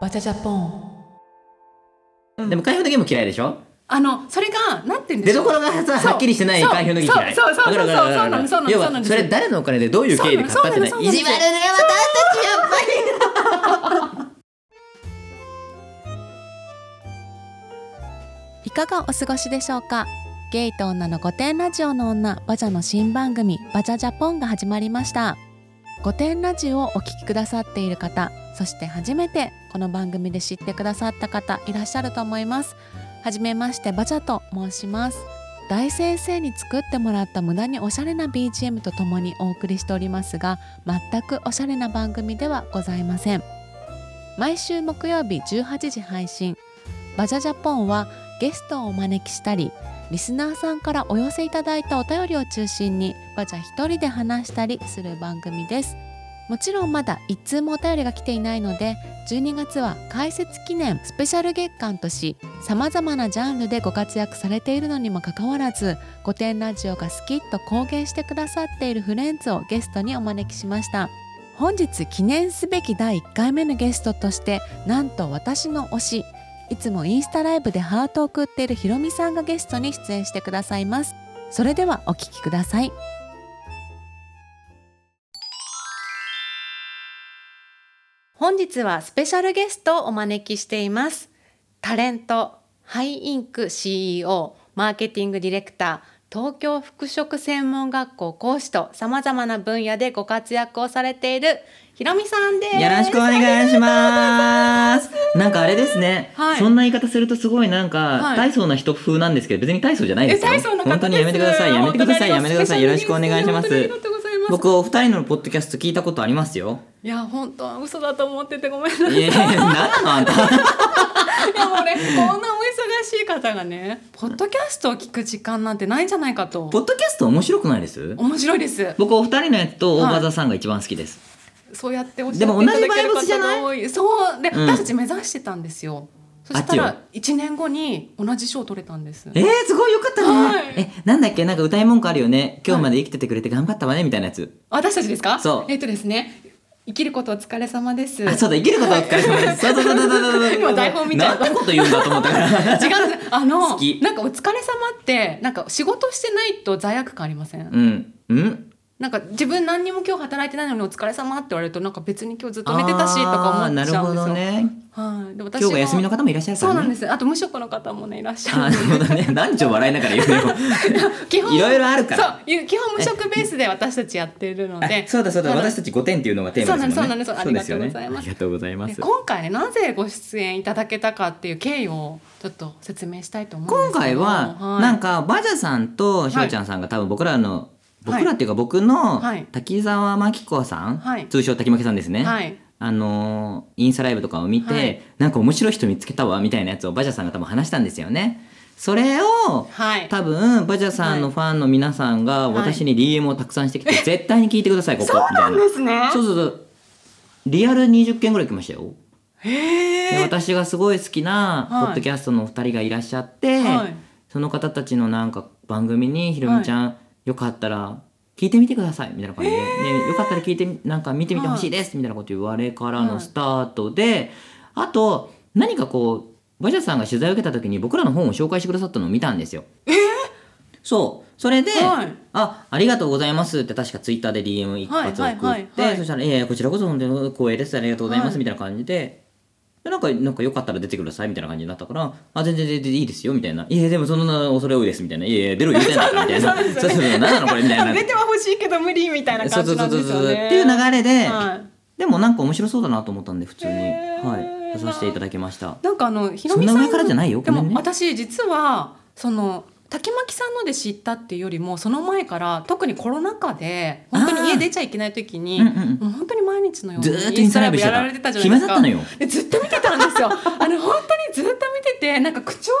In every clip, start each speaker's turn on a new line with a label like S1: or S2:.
S1: わちゃジャポン
S2: でも開封のゲーム嫌いでしょ
S1: あのそれがなんて言うん
S2: 出
S1: でしょう
S2: 所がさはっきりしてない
S1: そう
S2: 開封のゲーム嫌い
S1: そうそうそうそ
S2: わ
S1: う
S2: かるわかるわかる
S1: そうなのそうなの
S2: 要
S1: そうな
S2: は
S1: の
S2: それ誰のお金でどういう経緯で買ったってね
S1: そうなのそうなの
S2: 意地悪ね私たちやっぱり
S3: いかがお過ごしでしょうかゲイと女の御殿ラジオの女バジャの新番組バジャジャポンが始まりました御殿ラジオをお聞きくださっている方そして初めてこの番組で知ってくださった方いらっしゃると思いますはじめましてバジャと申します大先生に作ってもらった無駄におしゃれな BGM とともにお送りしておりますが全くおしゃれな番組ではございません毎週木曜日18時配信バジャジャポンはゲストをお招きしたりリスナーさんからお寄せいただいたお便りを中心にバジャ一人で話したりする番組ですもちろんまだ一通もお便りが来ていないので12月は開設記念スペシャル月間としさまざまなジャンルでご活躍されているのにもかかわらず「御殿ラジオ」が好きと公言してくださっているフレンズをゲストにお招きしました本日記念すべき第1回目のゲストとしてなんと私の推しいつもインスタライブでハートを送っているひろみさんがゲストに出演してくださいますそれではお聞きください本日はスペシャルゲストをお招きしていますタレントハイインク CEO マーケティングディレクター東京服飾専門学校講師とさまざまな分野でご活躍をされているひろみさんです
S2: よろしくお願いします。なんかあれですね、
S1: はい
S2: そんな言い方するとすごいなん
S1: は
S2: か
S1: い
S2: 大層な人風なんですけど、別に大層じゃないですよ。
S1: え大層な方
S2: 本当にやめてください、やめてください、やめてください。よろしくお願いしま
S1: 本当にあり
S2: す
S1: が。とうございます。
S2: 僕、お二人のポッドキャスト聞いたことありますよ。
S1: いや本当は嘘だと思っててごめん なさい。い
S2: いやいや、なんなのあんた。
S1: やもうねこんなお忙しい方がねポッドキャストを聞く時間なんてないんじゃないかと
S2: ポッドキャスト面白くないです
S1: 面白いです。
S2: 僕、お二人のやつと大場座さんが一番好きです。
S1: そうやっておっしゃっ
S2: で
S1: ていた
S2: も
S1: だけ
S2: 同じ
S1: る
S2: バイブスじゃ
S1: 方
S2: ない
S1: が多い。そうで、
S2: うん
S1: 私たち目指してたんですよ。そした
S2: あっち
S1: ら一年後に同じ賞を取れたんです。
S2: えー、すごいよかったね。
S1: はい
S2: え、なんだっけなんか歌い文句あるよね。今日まで生きててくれて頑張ったわね、みたいなやつ。
S1: 私たちですか？
S2: そう
S1: えっとですね生きることお疲れ様です。
S2: あ、そうだ、生きることはお疲れ様 です。そうそうそうそうそうそう。
S1: 今台本見ちゃった
S2: なんてこと言うんだと思ったから。
S1: 違うんですあの
S2: 好き
S1: なんかお疲れ様ってなんか仕事してないと罪悪感ありません、
S2: うん。うん。
S1: なんか自分何にも今日働いてないのにお疲れ様って言われるとなんか別に今日ずっと寝てたしとか思っちゃうんですよ
S2: あーなるほどね。
S1: はいで私
S2: 今日が休みの
S1: 方
S2: 方もいらっしゃるか
S1: そうな
S2: ら
S1: んで
S2: ね。
S1: すあと無職の方もねいらっしゃ
S2: あ
S1: る
S2: ーなるほどね。 男女笑いながら言うよ。
S1: 基本
S2: いろいろあるから。
S1: そうい基本無職ベースで私たちやってるの
S2: あ
S1: で
S2: そうだそうだ。
S1: なので
S2: 私たち5点っていうのがテーマですもんね。
S1: そうなんですそうなんです
S2: よね
S1: ありがとうございます
S2: ありがとうございます
S1: で。今回ねなぜご出演いただけたかっていう経緯をちょっと説明したいと思うん
S2: 今
S1: ですけ
S2: 回
S1: ど
S2: は、
S1: い
S2: なんか、バジャさんとしょうちゃんさんが多分僕らの、僕らっていうか僕の
S1: はい
S2: 滝沢真紀子さん、
S1: はい
S2: 通称滝真紀さんですね。
S1: はい
S2: あのーインスタライブとかを見て、
S1: はい
S2: なんか面白い人見つけたわみたいなやつをバジャさんが多分話したんですよね。それを
S1: はい
S2: 多分バジャさんのファンの皆さんが
S1: はい
S2: 私に DM をたくさんしてき て、絶対に聞いてくださいここみたいな。
S1: ですね
S2: そうそうそうリアル20件ぐらい来ましたよ。
S1: へ
S2: で
S1: え
S2: 私がすごい好きなポ
S1: はい
S2: ッドキャストのお二人がいらっしゃって、
S1: はい
S2: その方たちのなんか番組にひろみちゃん、よかったら聞いてみてくださいみたいな感じで,、でよかったら聞いてみなんか見てみてほしいですみたいなこと言われから
S1: は
S2: の
S1: い
S2: スタートで、あと何かこうバジャさんが取材を受けた時に僕らの本を紹介してくださったのを見たんですよ。そうそれで、
S1: はい
S2: あありがとうございますって確かツイッターで DM 一発送って、
S1: はいはいはいはい
S2: そしたら「いやいやこちらこそ本当に光栄ですありがとうございま
S1: は
S2: す」
S1: い
S2: みたいな感じででなんか、なんかよかったら出てくださいみたいな感じになったから、あ、全然全然いいですよみたいな。いや、でもそんな恐れ多いですみたいな。いやいや、出る言うてないからみた いな。そうそうそう、何なのこれみたいな。
S1: 出ては欲しいけど無理みたいな
S2: そう
S1: 感
S2: そう
S1: じ
S2: そ
S1: な
S2: うんそうそう
S1: ですよね
S2: っていう流れで、
S1: はい
S2: でもなんか面白そうだなと思ったんで、普通に、
S1: へー
S2: はい、出させていただきました。
S1: なんかあのひろみさん
S2: そんな上からじゃないよ
S1: で
S2: ごめん
S1: も
S2: ね
S1: 私実はその竹巻さんので知ったっていうよりもその前から特にコロナ禍で本当
S2: あー
S1: に家出ちゃいけない時に
S2: うんうん
S1: もう本当に毎日のよう
S2: ず
S1: に
S2: ーっとインスタライブして
S1: や
S2: た。
S1: られてたじゃな
S2: 暇
S1: いで
S2: だっ
S1: すか
S2: たのよ。
S1: でずっと見てたんですよあの本当にずっと見ててなんか口調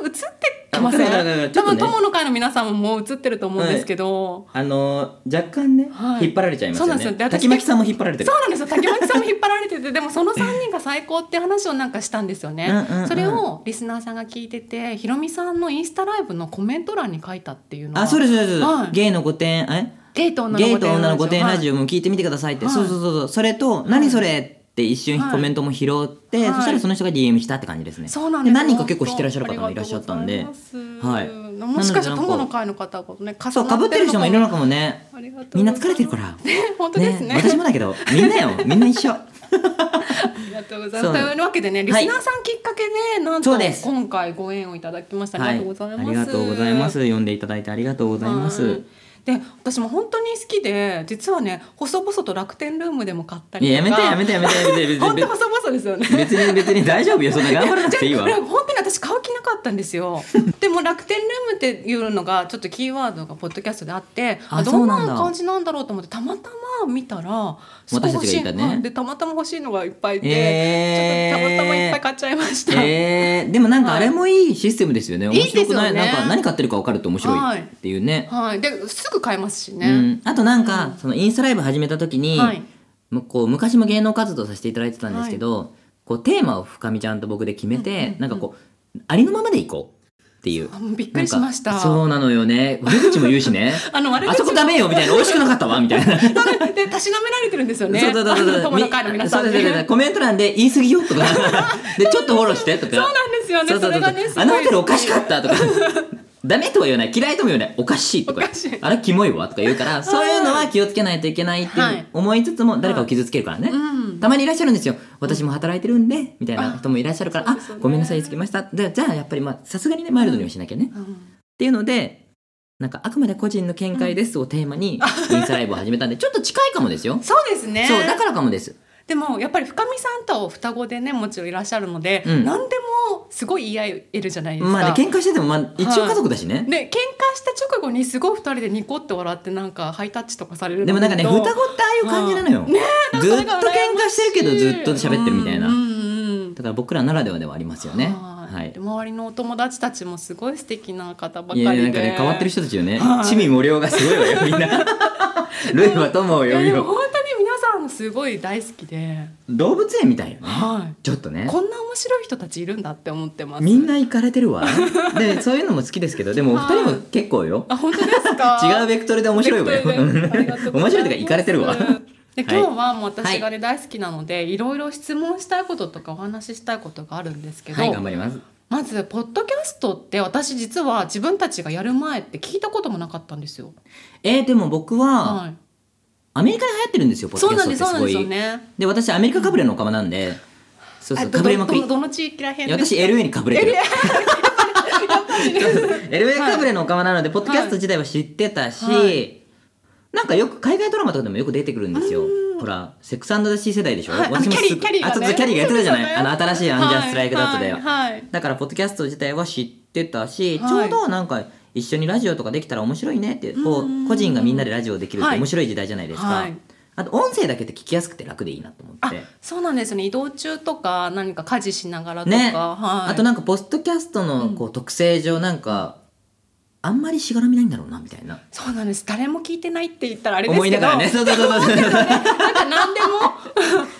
S1: がね映ってき ませ
S2: わかるわかるわか
S1: ん
S2: るちょ
S1: 多
S2: っとね
S1: 分友の会の皆さんももう映ってると思うんですけど、
S2: あのー若干ね、
S1: はい
S2: 引っ張られちゃいます
S1: そう
S2: よ
S1: なんです
S2: ね
S1: よで私
S2: 滝巻さんも引っ張られてる
S1: そうな んですよ竹巻さんも引っ張られててでもその3人が最高って話をなんかしたんですよね
S2: うんうんうん
S1: それをリスナーさんが聞いててひろみさんのインスタライブのコメント欄に書いたっていうのが
S2: あそうですそうです、
S1: はい
S2: ゲイの御殿え
S1: ゲイと女の
S2: ゲイ
S1: 御
S2: と
S1: 殿
S2: 女の御殿ラ
S1: オ
S2: ジオも聞いてみてくださいって、
S1: はい
S2: そうそうそうそうそれと「何それって一瞬
S1: はい
S2: コメントも拾って、
S1: はい
S2: そしたらその人が DM 来たって感じですね。
S1: そうなんです
S2: で何人か結構知ってらっしゃる方もいらっしゃったんで
S1: は
S2: はいい
S1: ます。もしかした
S2: なのでなん
S1: ら
S2: か
S1: 友の会の方がね、重な
S2: そうかぶってる人もいるのかもね。
S1: ありがとうございます
S2: みんな疲れてるか。ら。
S1: 本当ですね。
S2: 私もだけどみんなよみんな一緒。
S1: ありがとうございます。
S2: そう
S1: というわけでね、リスナーさんきっかけで、なん
S2: そ
S1: と
S2: うです
S1: 今回ご縁をいただきました。ありがとうございます。
S2: ありがとうございます。読んでいただいてありがとうございま
S1: は
S2: す
S1: い。で私も本当に好きで実はね細々と楽天ルームでも買った
S2: い
S1: りと
S2: や
S1: か
S2: やめてやめてやめてやめて別
S1: 本当
S2: に
S1: 細々ですよね
S2: 別に別に大丈夫よそんな頑張らなくていいわ
S1: い。や本当に私買う気なかったんで すよでも楽天ルームっていうのがちょっとキーワードがポッドキャストであって
S2: あ
S1: あどん
S2: そ
S1: な
S2: うなんだ
S1: 感じなんだろうと思ってたまたま見たらすご
S2: 私た
S1: 欲
S2: ち
S1: し
S2: が
S1: い
S2: いたね
S1: はいでたまたま欲しいのがいっぱいで、
S2: えー
S1: ちょっとたまたまいっぱい買っちゃいました、
S2: えー、でもなんかあれもいいシステムですよね。
S1: はい
S2: 面白くない
S1: いいですよ
S2: な
S1: ね
S2: んか何買ってるか分かると面白いっていうね。
S1: はいですぐ買えますしね、
S2: うん、あとなんか、
S1: うん
S2: そのインスタライブ始めた時に、
S1: はい
S2: むこう昔も芸能活動させていただいてたんですけど、こうテーマを深見ちゃんと僕で決めて、
S1: うんうんうん
S2: なんかこうありのままでいこうっていう。
S1: あもうびっくりしまし
S2: なんか
S1: た
S2: そうなのよね悪口も言うしね
S1: あの悪口も
S2: あそこダメよみたいな美味しくなかったわみた いなそう
S1: でたしなめられてるんですよね
S2: そうそうそう
S1: あの友の会の皆さん
S2: そう
S1: に
S2: そうそうそうコメント欄で言い過ぎよと かでちょっとフォローしてとか
S1: そうなんですよね
S2: そ
S1: そ
S2: そ
S1: う
S2: うそう
S1: れ
S2: そ
S1: が
S2: う
S1: ねすごい
S2: あのホテルおかしかったとか ダメとは言わない嫌いとも言わないおかしいとか
S1: おかしい
S2: あれキモいわとか言うからそういうのは気をつけないといけないって
S1: はい
S2: 思いつつも誰かを傷つけるからね、
S1: うん
S2: たまにいらっしゃるんですよ私も働いてるんでみたいな人もいらっしゃるから
S1: あ
S2: あ、
S1: そうですよね
S2: ごめんなさいつきましたでじゃあやっぱりまあさすがにねマイルドにはしなきゃね、っ
S1: うん
S2: ていうのでなんかあくまで個人の見解ですをテーマにインスタライブを始めたんでちょっと近いかもですよ、
S1: そうですね
S2: そうだからかもです
S1: でもやっぱり深見さんと双子でねもちろんいらっしゃるので、
S2: うん
S1: 何でもすごい言い合えるじゃないですか。
S2: まあね喧嘩しててもまあ一応
S1: はい
S2: 家族だしね、
S1: で喧嘩した直後にすごい二人でニコって笑ってなんかハイタッチとかされるの
S2: でもなんかね
S1: 見る
S2: 双子っ
S1: と
S2: てああいう感じなのよ、
S1: なんか
S2: ずっ
S1: そ
S2: と
S1: れ
S2: 喧
S1: が羨
S2: 嘩してるけどずっと喋ってるみたいな、
S1: うんうんうん
S2: だから僕らならではではありますよねは
S1: はい
S2: い
S1: で周りのお友達たちもすごい素敵な方ばか
S2: い
S1: り
S2: や
S1: で
S2: いやなんかね変わってる人たちよね
S1: はい
S2: 趣味無料がすごいわ よみんなルイは友を呼
S1: いや
S2: び
S1: でも
S2: よ
S1: 本当に皆さんすごい大好きで、
S2: 動物園みたいよね
S1: は
S2: ちょっと
S1: い、
S2: ね
S1: こんな面白い人たちいるんだって思ってます
S2: みんな行かれてるわ でそういうのも好きですけどでもお
S1: はい
S2: 二人も結構よ
S1: あ本当ですか
S2: 違うベクトルで面白いわよ 面白いというか行かれてるわ
S1: で今
S2: はい
S1: 日はもう私がね大好きなので、い、ろいろ質問したいこととかお話ししたいことがあるんですけど、
S2: はい頑張ります
S1: まずポッドキャストって私実は自分たちがやる前って聞いたこともなかったんですよ。
S2: えー、でも僕は
S1: はい、
S2: アメリカで流行ってるんですよポッド
S1: そう
S2: キャ
S1: な
S2: ス
S1: ん
S2: トっ
S1: で
S2: てすご
S1: すそうなんですよ
S2: い
S1: ね。
S2: で私アメリカかぶれのおかまなんでそうそう
S1: あ
S2: かぶれまくり
S1: どどどの地域らへん
S2: いや私 LA にかぶれて る LA かぶれのおかまなので、ポッドキャスト自体は知ってたし、
S1: はい
S2: なんかよく海外ドラマとかでもよく出てくるんですよ
S1: うん。
S2: ほら、セックスザシー世代でしょ、
S1: はいあの
S2: 私もす
S1: キャリーキャリーがね
S2: あ、そうそうキャリーがやってたじゃない、
S1: そうですよ
S2: あ
S1: ね
S2: の新しいアンジャーストライクダットだよ。
S1: はいはいはい
S2: だから、ポッドキャスト自体は知ってたし、
S1: はい
S2: ちょうどなんか、一緒にラジオとかできたら面白いねって、こ
S1: うんうんうん
S2: う、個人がみんなでラジオできるっ
S1: は
S2: て
S1: い
S2: 面白い時代じゃないですか。
S1: はい
S2: あと、音声だけって聞きやすくて楽でいいなと思っ
S1: あ
S2: て。
S1: そうなんですよね移動中とか何か家事しながらとか、
S2: ね
S1: はい、
S2: あとなんかポッドキャストのこう特性上なんか、あんまりしがらみないんだろうなみたいな
S1: そうなんです誰も聞いてないって言ったらあれですけ
S2: 思
S1: ど
S2: いなが らねそうそうそうそう
S1: なんか何でも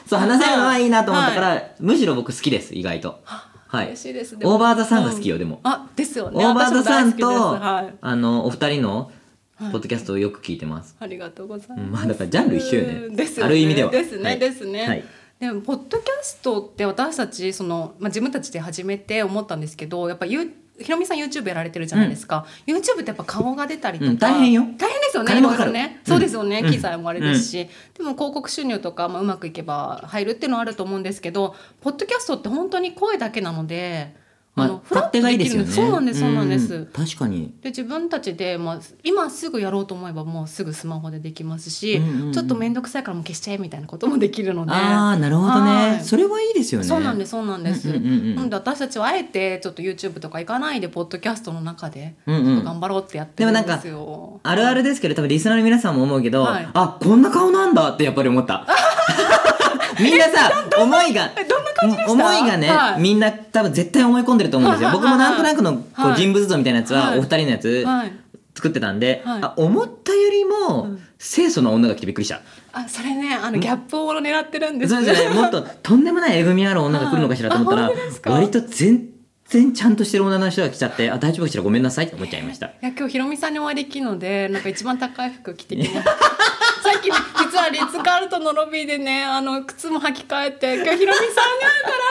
S2: そう話せるのはいいなと思ったから、
S1: は
S2: むしろ僕好きです意外と はい
S1: 嬉しいです
S2: オーバー・ザ・さんが好きよ、でも
S1: あですよ
S2: オ
S1: ね
S2: ーバー・ザ・さんと、
S1: 私も大好きですはい
S2: あのお二人のポ
S1: はい
S2: ッドキャストをよく聞いてます、
S1: ありがとうござい
S2: うん
S1: ま、
S2: ますあだからジャンル一緒よね
S1: ですよ
S2: ある意味では
S1: ですね、
S2: はい
S1: ですね、
S2: はい
S1: でもポッドキャストって私たちその、まあ、自分たちで始めて思ったんですけどやっぱゆひろみさん YouTube やられてるじゃないですか、YouTube ってやっぱ顔が出たりとか、
S2: うん大変よ
S1: 大変ですよね
S2: 金もかかる
S1: いろいろね
S2: うん
S1: そうですよね、
S2: うん
S1: 機材もあれですし、でも広告収入とか、まあ、うまくいけば入るっていうのはあると思うんですけどポッドキャストって本当に声だけなので、
S2: まあ
S1: のフラ
S2: 勝
S1: ッと
S2: 手がいいです
S1: き
S2: よ
S1: る
S2: ね
S1: そうなんですそうなんです、
S2: うん確かに
S1: で自分たちで、まあ、今すぐやろうと思えばもうすぐスマホでできますし、
S2: うんうんうん
S1: ちょっと面倒くさいからもう消しちゃえみたいなこともできるので
S2: ああなるほど
S1: は
S2: ね
S1: い
S2: それはいいですよね
S1: そうなんですそうなんです、
S2: うんうんうんうん
S1: なので私たちはあえてちょっと YouTube とか行かないでポッドキャストの中で
S2: うんうん
S1: 頑張ろうってやってるんですよ、
S2: あるあるですけど多分リスナーの皆さんも思うけど、
S1: はい
S2: あこんな顔なんだってやっぱり思った みんなさ思いが
S1: どんな感じでした
S2: 思いがね、
S1: はい
S2: みんな多分絶対思い込んでると思うんですよ、
S1: はいはい
S2: 僕もなんとなくのこ
S1: はいう
S2: 人物像みたいなやつは、
S1: はい
S2: お二人のやつ
S1: はい、
S2: 作ってたんで、
S1: はい
S2: あ思ったより
S1: う
S2: も
S1: ん
S2: 清楚な女が来てびっくりした、
S1: あそれねあのギャップを狙ってるんです
S2: そうです ねもっととんでもないえぐみある女が来るのかしらと思った
S1: はいあ
S2: ら
S1: 本当ですか
S2: 割と全然ちゃんとしてる女の人が来ちゃってあ大丈夫かしらごめんなさいって思っちゃいました
S1: いや今日ひろみさんにお会いできるのでなんか一番高い服着てきました さっき実はリッツ・カールトンのロビーでねあの靴も履き替えて「今日ひろみさんに会うから」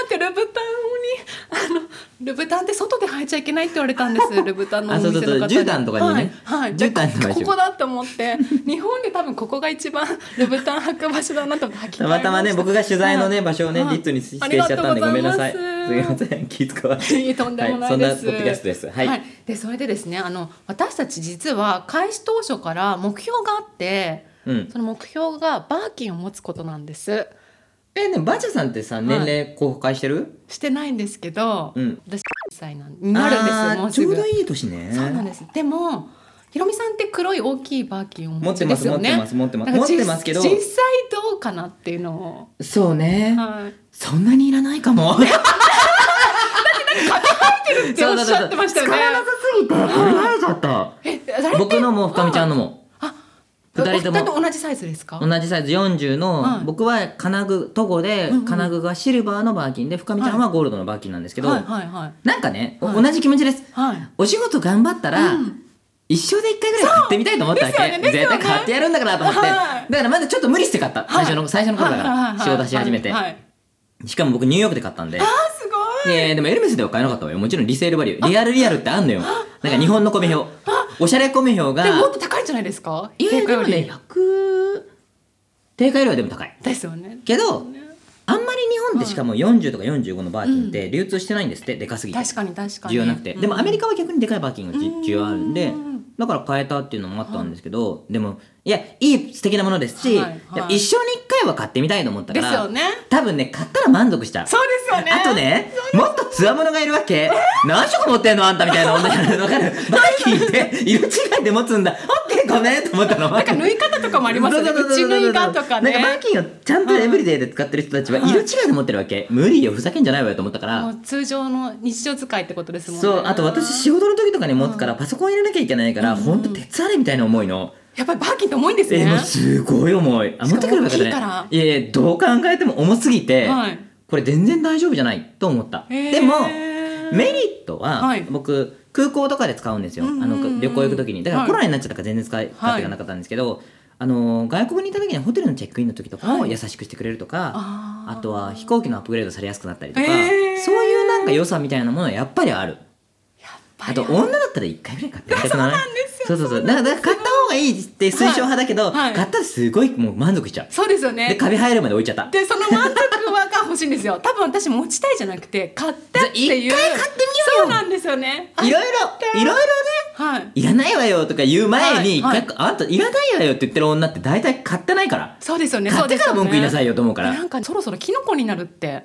S1: ってルブタンにあの「ルブタンって外で履いちゃいけない」って言われたん ですルブタンのお
S2: あそう
S1: 店
S2: そ
S1: の
S2: う
S1: 方
S2: そう
S1: に
S2: 絨毯とかにね
S1: はい、はい、
S2: 絨毯とかに
S1: でここだって思って日本で多分ここが一番ルブタン履く場所だなと思って履き替え
S2: たまたまね僕が取材のね場所をね
S1: はい
S2: リッツに指定しちゃったんで
S1: あ
S2: ごめ
S1: り
S2: んな
S1: がとう
S2: さい
S1: ござい
S2: すみ
S1: ます
S2: ません気遣わ
S1: いえ とんでも
S2: は
S1: ない
S2: そん
S1: い
S2: な
S1: です。
S2: ポッドキャストですはい、
S1: でそれでですねあの私たち実は開始当初から目標があって
S2: うん
S1: その目標がバーキンを持つことなんです。
S2: えでもバーチャさんってさ年齢公開してる、
S1: してないんですけど、
S2: うん
S1: 私10歳なんになるんですもうす
S2: ちょ
S1: ぐ。
S2: うどいい年ね
S1: そうなんです。でもひろみさんって黒い大きいバーキンをお
S2: 持
S1: 持
S2: って
S1: ち
S2: ま
S1: ですす
S2: 持
S1: よ
S2: って
S1: ね。
S2: ます持ってます
S1: なん
S2: 持
S1: か
S2: ってますけど
S1: 実実際どうかなっていうのを。
S2: そうね
S1: はい。
S2: そんなにいらないか も
S1: っておっしゃってました
S2: そうそうそう
S1: よね
S2: 使わなさすぎて取り替えちゃった
S1: え誰って
S2: 僕のも深見ちゃんのも二
S1: 二
S2: 人と
S1: 人
S2: も
S1: と同じサイズですか。
S2: 同じサイズ40の、
S1: はい
S2: 僕は金具トゴで
S1: うんうん
S2: 金具がシルバーのバーキンで深見ちゃんはゴールドのバーキンなんですけど、
S1: はいはいはい
S2: なんかね、お
S1: はい
S2: 同じ気持ちです
S1: はい。
S2: お仕事頑張ったら、
S1: うん
S2: 一生で一回ぐらい買ってみたいと思ったわけ、
S1: そうですよねです
S2: 絶
S1: よね
S2: 対買ってやるんだからと思って、
S1: はい
S2: だからまだちょっと無理して買った、最初の最初の頃だから、
S1: はいはいはいはい
S2: 仕事し始めて、
S1: はいはい
S2: しかも僕ニューヨークで買ったんで
S1: あーすごい。
S2: えーでもエルメスでは買えなかったわよもちろんリセールバリューリアルリアルってあんのよなんか日本の米表おしゃれ米表
S1: でもも
S2: が
S1: っと高いんじゃないですか
S2: いや
S1: 定価
S2: で
S1: よ
S2: も
S1: り
S2: ね100定価よりはでも高い
S1: ですよね
S2: けどあんまり日本でしかも40とか45のバーキンって流通してないんですって、でかすぎて
S1: 確かに確かに
S2: 需要なくて、
S1: うん
S2: でもアメリカは逆にでかいバーキンがじ
S1: うん
S2: 需要あるんでだから変えたっていうのもあったんですけど、でもいやいい素敵なものですし、
S1: はいはい
S2: いや一生に一回は買ってみたいと思ったか
S1: です
S2: ら、
S1: よね
S2: 多分ね買ったら満足した
S1: そうですよね
S2: あとね、もっと強者がいるわ け。何色持ってんのあんたみたいな女になるのかる。バイキンって色違いで持つんだ。オッケーごめんと思ったの。
S1: なん か縫い方とかもありますよね
S2: そうそうそう
S1: 内
S2: そう
S1: 縫いがとかね
S2: なんかバイキンをちゃんとエブリデイで使ってる人たちは
S1: うん
S2: 色違いで持ってるわけ。無理よ、ふざけんじゃないわよと思ったか
S1: も
S2: ら。
S1: う通常の日常使いってことですもんね
S2: そう、あと私仕事の時とかに持つからパソコン入れなきゃいけないから、ほんと鉄あれみたいな重いの。
S1: やっぱりバーキンって重いんです
S2: え
S1: ね
S2: ー、もうすごい重い。あ、
S1: し
S2: 持
S1: かも
S2: ってくればよかった
S1: 大きいから
S2: ね。いやいや、どう考えても重すぎて、
S1: はい
S2: これ全然大丈夫じゃないと思った。
S1: へー
S2: でも、メリットは、
S1: はい
S2: 僕空港とかで使うんですよ、
S1: うんうんうん
S2: あの旅行行く時にだから
S1: はい
S2: コロナになっちゃったから全然使い勝手がなかったんですけど、あの外国に行った時にホテルのチェックインの時とかも
S1: はい
S2: 優しくしてくれるとか、
S1: あ
S2: あ
S1: ー
S2: とは飛行機のアップグレードされやすくなったりとか、
S1: えー
S2: そういうなんか良さみたいなものはやっぱりある。あと
S1: やっぱり
S2: 女だったら1回ぐらい買ってみたくない
S1: そうなんですよ
S2: そうそうそうだからだから買った方がいいって推奨派だけど、
S1: はいはい
S2: 買ったらすごいもう満足しちゃう、
S1: そうですよ
S2: で
S1: ね
S2: カビ生えるまで置いちゃった
S1: でその満足はが欲しいんですよ多分私持ちたいじゃなくて買ったっていう
S2: 一回買ってみようよ
S1: そうなんですよねあ
S2: いろいろいろいろね
S1: はい
S2: いらないわよとか言う前に、
S1: はいはい
S2: 一回あんたいらないわよって言ってる女って大体買ってないから。
S1: そうですよね
S2: 買ってから文句言いなさい
S1: よ
S2: よと思う から。
S1: なんかそろそろキノコになるって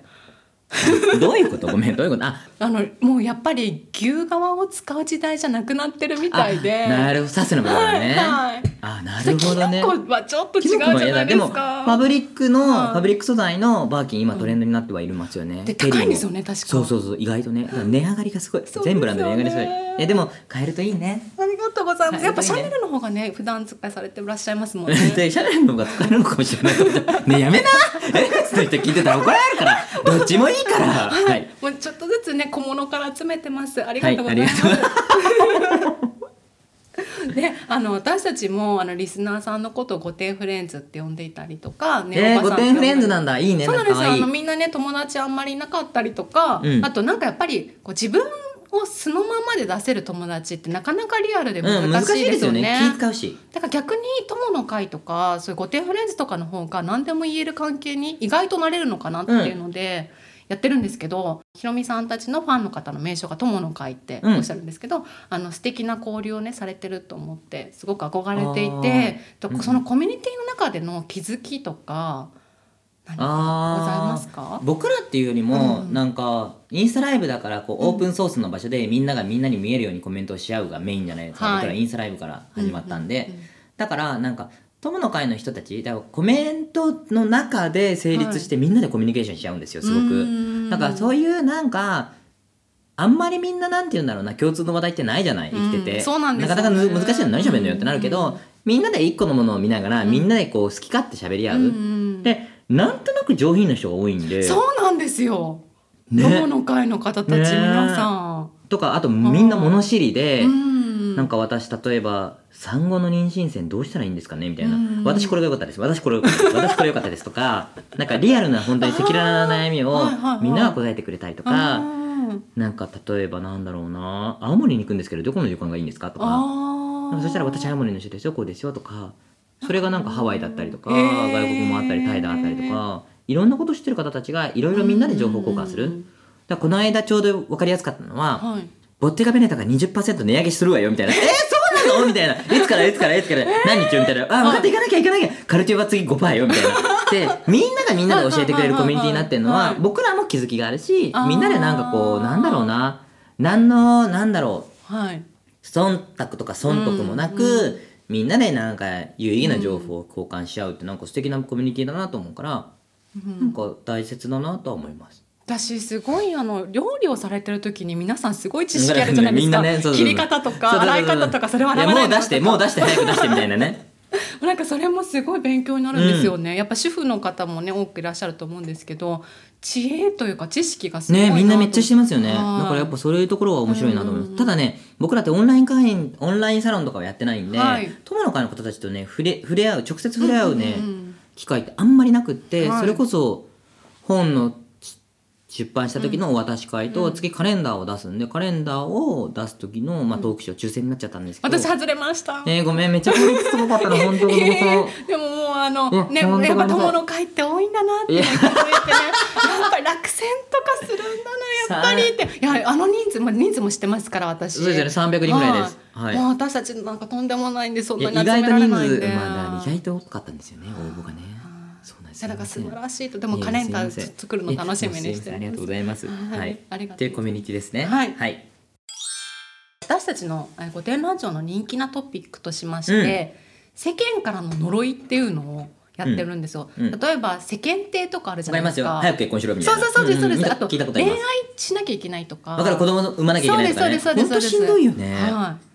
S2: どういうことごめん、どういうことあ、
S1: あのもうやっぱり牛革を使う時代じゃなくなってるみ
S2: あ
S1: たいで。
S2: なるほど、サスの部分だね。
S1: はいはい
S2: あ、なるほどね。
S1: キノコはちょっと違う
S2: キ
S1: じ
S2: ノコも
S1: ゃ
S2: 嫌
S1: な
S2: だ
S1: いで
S2: でも、
S1: す
S2: フ
S1: か。
S2: ァブリックの、フ
S1: はい
S2: ァブリック素材のバーキン、今トレンドになってはいますよね。
S1: で
S2: テリーも
S1: 高いんですよね確か
S2: そうそうそう、意外とね。だから値上がりがすごい。
S1: すよね
S2: 全ブランド値上がりすごい。え、でも、買えるといいね。
S1: ありがとうございま
S2: は
S1: す。
S2: い
S1: やっぱシャネルの方がね普段使いされていらっしゃいますもんね。
S2: で、シャネルの方が使えるのかもしれない と思って。ね、やめなエルメスの人聞いてたら怒られるから。どっちもいい から。はい。
S1: もうちょっとずつね小物から集めてます。ありがとうございます。
S2: はいありが
S1: であの私たちもあのリスナーさんのことを御殿フレンズって呼んでいたりとか、
S2: えー、
S1: おば
S2: 御
S1: さんって
S2: 殿
S1: 呼
S2: フレンズなんだ。いいね。
S1: そう
S2: な
S1: なんんで
S2: か
S1: す
S2: 可
S1: よあ
S2: 愛い
S1: の。みんなね友達あんまりいなかったりとか、
S2: うん
S1: あとなんかやっぱりこう自分を素のままで出せる友達ってなかなかリアルで
S2: うん、
S1: 難
S2: 難
S1: し
S2: し
S1: い
S2: い
S1: で
S2: ですす
S1: よ
S2: よ
S1: ね。
S2: ね。気使うし。
S1: だから逆に友の会とかそういう御殿フレンズとかの方が何でも言える関係に意外となれるのかなっていうのでやってるんですけど、ひろみさんたちのファンの方の名称が友の会って
S2: うん
S1: おっしゃるんですけど、あの素敵な交流をねされてると思ってすごく憧れてい
S2: あ
S1: てと
S2: うん
S1: そのコミュニティの中での気づきとか何かござ
S2: あ
S1: いま
S2: あ
S1: すか
S2: 僕らっていうよりも、
S1: うん
S2: なんかインスタライブだからこうオープンソースの場所でみんながみんなに見えるようにコメントをし合うがメインじゃないですか、
S1: はい
S2: 僕らインスタライブから始まったんで、
S1: ううう
S2: だからなんか友の会の人たちだからコメントの中で成立してみんなでコミュニケーションし合うんです よすごく。
S1: うん
S2: だからそういうなんかあんまりみんななんて言うんだろうな共通の話題ってないじゃない生きてて、
S1: うんそうなんですよ
S2: か
S1: ね
S2: なかむ難しいの何喋るのよってなるけど、
S1: うん
S2: みんなで一個のものを見ながら、みんなでこう好き勝手喋り合う、
S1: うんうん
S2: でなんとなく上品な人が多いんで
S1: そうなんですよ。
S2: ね
S1: 友の会の方たち、
S2: ね
S1: 皆さん。
S2: とかあとみんな物知りで、
S1: うんうん
S2: なんか私例えば産後の妊娠線どうしたらいいんですかねみたいな、
S1: うん
S2: 私これが良かったです私これが良かったです私これ良かったですとかなんかリアルな本当に赤裸々な悩み
S1: あー
S2: を
S1: はいはいはい
S2: みんなが答えてくれたりと
S1: う
S2: か
S1: ん
S2: なんか例えばなんだろうな青森に行くんですけどどこの旅館がいいんですかとか
S1: あ
S2: なん
S1: ー
S2: かそしたら私青森の人ですよこうですよとかそれがなんかハワイだったりとか
S1: へー
S2: 外国もあったりタイだったりとかいろんなこと知ってる方たちがいろいろみんなで情報交換す
S1: う
S2: る
S1: ん
S2: だからこの間ちょうど分かりやすかったのは、
S1: はい
S2: ボッテガベネタが20%値上げするわよみたいな「えー、そうなの?」みたいな「いつからいつからいつから何日よ?」みたいな「あ分かった行かなきゃ行かなきゃカルティは次5%よ」みたいな。でみんながみんなで教えてくれるコミュニティになってるの
S1: はいはい
S2: は
S1: はい
S2: 僕らも気づきがあるし
S1: あー
S2: みんなでなんかこうなんだろうな何のなんだろう
S1: はい
S2: 忖度とか損得もなく、
S1: うん
S2: みんなでなんか有意義な情報を交換し合うってなんか素敵なコミュニティだなと思うから、
S1: う
S2: なん
S1: ん
S2: か大切だなとは思います。
S1: 私すごいあの料理をされてる時に皆さんすごい知識あるじゃないで
S2: み
S1: すか、
S2: んなねそうそうそう
S1: 切り方と
S2: そう
S1: か
S2: そうそう
S1: 洗い方とかそれは洗
S2: い
S1: わ
S2: やも
S1: ないう
S2: 出してもう出して早く出してみたいなね。
S1: なんかそれもすごい勉強になるんですよね、やっぱ主婦の方もね多くいらっしゃると思うんですけど知恵というか知識がすごいな
S2: ね
S1: と
S2: みんなめっちゃしてますよね。だ
S1: はい
S2: からやっぱそういうところは面白いなと思いま
S1: う
S2: す。
S1: ん
S2: ただね僕らってオンライン会員オンラインサロンとかはやってないんで、
S1: はい
S2: 友の会の方たちとね触れ触れ合う直接触れ合うね、
S1: んんん
S2: 機会ってあんまりなくって、
S1: はい
S2: それこそ本の出版した時のお渡し会と、
S1: うん
S2: 次カレンダーを出すんでカレンダーを出す時の、まあ、トークショー抽選になっちゃったんですけど、
S1: 私外れました、
S2: えーごめんめっちゃ効率すごかった の本当にごめんなさい
S1: えー でももうあの
S2: いや
S1: ね
S2: ほんと
S1: やっぱ
S2: ごめんなさ
S1: 友
S2: い
S1: の会って多いんだなっていうのに気づいてねやっぱり落選とかするんだなやっぱりっていやあの人数も人数も知ってますから私
S2: そうですよね300人ぐらいです
S1: は
S2: はいい
S1: もう私たちなんかとんでもないんでそん
S2: いや
S1: なに集
S2: 意外
S1: め
S2: と
S1: ら
S2: 人
S1: れないん
S2: 数
S1: で
S2: まあ意外と多かったんですよね応募がね
S1: あー
S2: そうなんで
S1: い
S2: す
S1: やだから素晴らしいとでも
S2: いや
S1: カレンダー
S2: すいません
S1: 作るの楽しみにし
S2: いやもうすいません
S1: て
S2: ありがとうご
S1: ます
S2: ざいます
S1: はい
S2: はい
S1: ありがとう
S2: っていうコミュニティですね
S1: はい
S2: はい
S1: 私たちのえー御殿ラジオの人気なトピックとしまして、世間からの呪いっていうのをやってるんですよ、
S2: うんうん
S1: 例えば世間体とかあるじ
S2: わ
S1: ゃ
S2: かりま
S1: ないですす
S2: よ
S1: か
S2: 早く結婚しろみた
S1: そ
S2: いうな
S1: そうそうです、そうで
S2: ん見
S1: す。
S2: た
S1: あと
S2: 聞いたことあ
S1: 恋
S2: り
S1: 愛
S2: ます
S1: しなきゃいけないとか。
S2: だから子供産まなきゃいけないとかね
S1: そうですそうですそ
S2: 本当し
S1: うです
S2: んどいよね
S1: はい。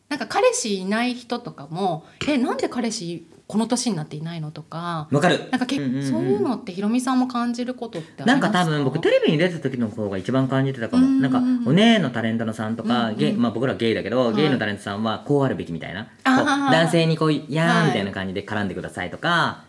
S1: なんか彼氏いない人とかも、えなんで彼氏この年になっていないのとか、
S2: わかる
S1: なんかけ、
S2: うんうんうん
S1: そういうのってひろみさんも感じることってあり
S2: な
S1: ます
S2: んか多分僕テレビに出た時の方が一番感じてたかも、
S1: うん
S2: なんかお姉のタレントのさんとか、
S1: うんうん
S2: ゲイまあ、僕らゲイだけど、
S1: い
S2: ゲイのタレントさんはこうあるべきみたいなこう
S1: あー
S2: 男性にこう「いやー
S1: はい」
S2: みたいな感じで絡んでくださいとか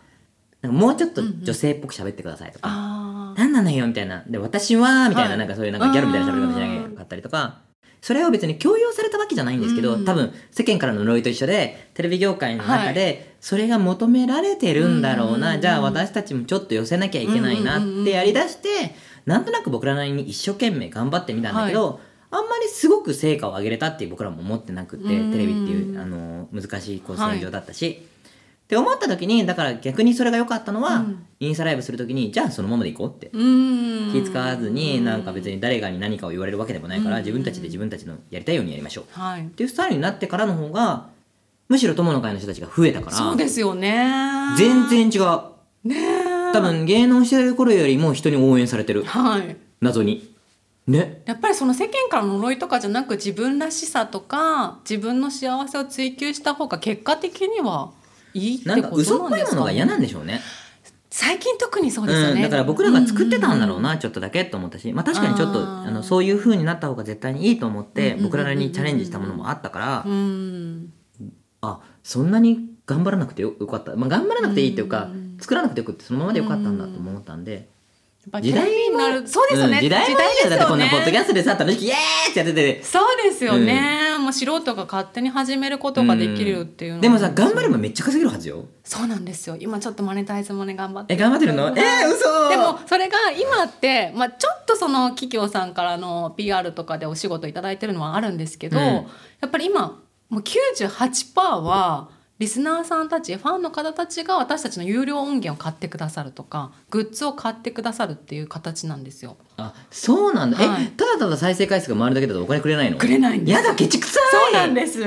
S2: なんかもうちょっと女性っぽく喋ってくださいとか
S1: あ
S2: 「
S1: あ。
S2: 何なのよ」みたいな「で私は」みたいな,、
S1: はい
S2: なんかそういうなんかギャルみたいな喋り方しなきゃいけなかったりとか。それを別に強要されたわけじゃないんですけど、
S1: うん
S2: 多分世間からの呪いと一緒でテレビ業界の中でそれが求められてるんだろうな、
S1: うん
S2: じゃあ私たちもちょっと寄せなきゃいけないな
S1: うんうんう
S2: っ
S1: んうん
S2: てやりだしてなんとなく僕らなりに一生懸命頑張ってみたんだけど、あんまりすごく成果を上げれたって僕らも思ってなくてテ
S1: うん
S2: レビっていうあの難しいこう戦場だったし。って思った時にだから逆にそれが良かったのは、
S1: うん
S2: インスタライブする時にじゃあそのままでいこうって
S1: うーん。
S2: 気使わずになんか別
S1: に。
S2: に誰かに何かを言われるわけでもないか
S1: うん
S2: ら自分たちで自分たちのやりたいようにやりましょうっ
S1: はい。
S2: ていうスタイルになってからの方がむしろ友の会の人たちが増えたか
S1: そう
S2: ら
S1: ですよね。
S2: 全。然違う多
S1: ねえ。
S2: 分芸能してる頃よりも人に応援されてる
S1: はい。
S2: 謎にね
S1: やっぱりその世間からの呪いとかじゃなく自分らしさとか自分の幸せを追求した方が結果的にはいいってこ
S2: なんか嘘
S1: と
S2: っ
S1: な
S2: ぽ
S1: ん
S2: い
S1: です
S2: も
S1: か
S2: の
S1: ね
S2: が嫌なんでしょうね
S1: 最近特にそうですよね、
S2: うん、だから僕らが作ってたんだろう
S1: っ
S2: な、ちょっとだけと思ったし、まあ、確かにちょっと
S1: あ
S2: あ
S1: ー
S2: のそういう風になった方が絶対にいいと思って、
S1: うん
S2: 僕らなりにチャレンジしたものもあったから、
S1: うんうん
S2: あそんなに頑張らなくてよよかった、まあ、頑張らなくていいっていうか、
S1: うん
S2: 作らなくてよくってそのままでよかったんだと思ったんで、
S1: やっぱりテレビになるそうですよね、
S2: うん時代もいいよだってこんなポッドキ
S1: ャ
S2: ャストでさ楽しくイエーイってやってて
S1: そうですよね、もう素人が勝手に始めることができるっていうの
S2: うん
S1: が
S2: でもさ頑張ればめっちゃ稼げるはずよ
S1: そうなんですよ今ちょっとマネタイズもね頑張って
S2: え頑張ってるのえー、嘘
S1: でもそれが今って、まあ、ちょっとその企業さんからの PR とかでお仕事いただいてるのはあるんですけど、
S2: うん
S1: やっぱり今もう98%はリスナーさんたちファンの方たちが私たちの有料音源を買ってくださるとかグッズを買ってくださるっていう形なんですよ。
S2: あそうなんだ、
S1: はい
S2: えただただ再生回数が回るだけだとお金くれないの
S1: くれないんです
S2: やだケチくさい
S1: そうなんです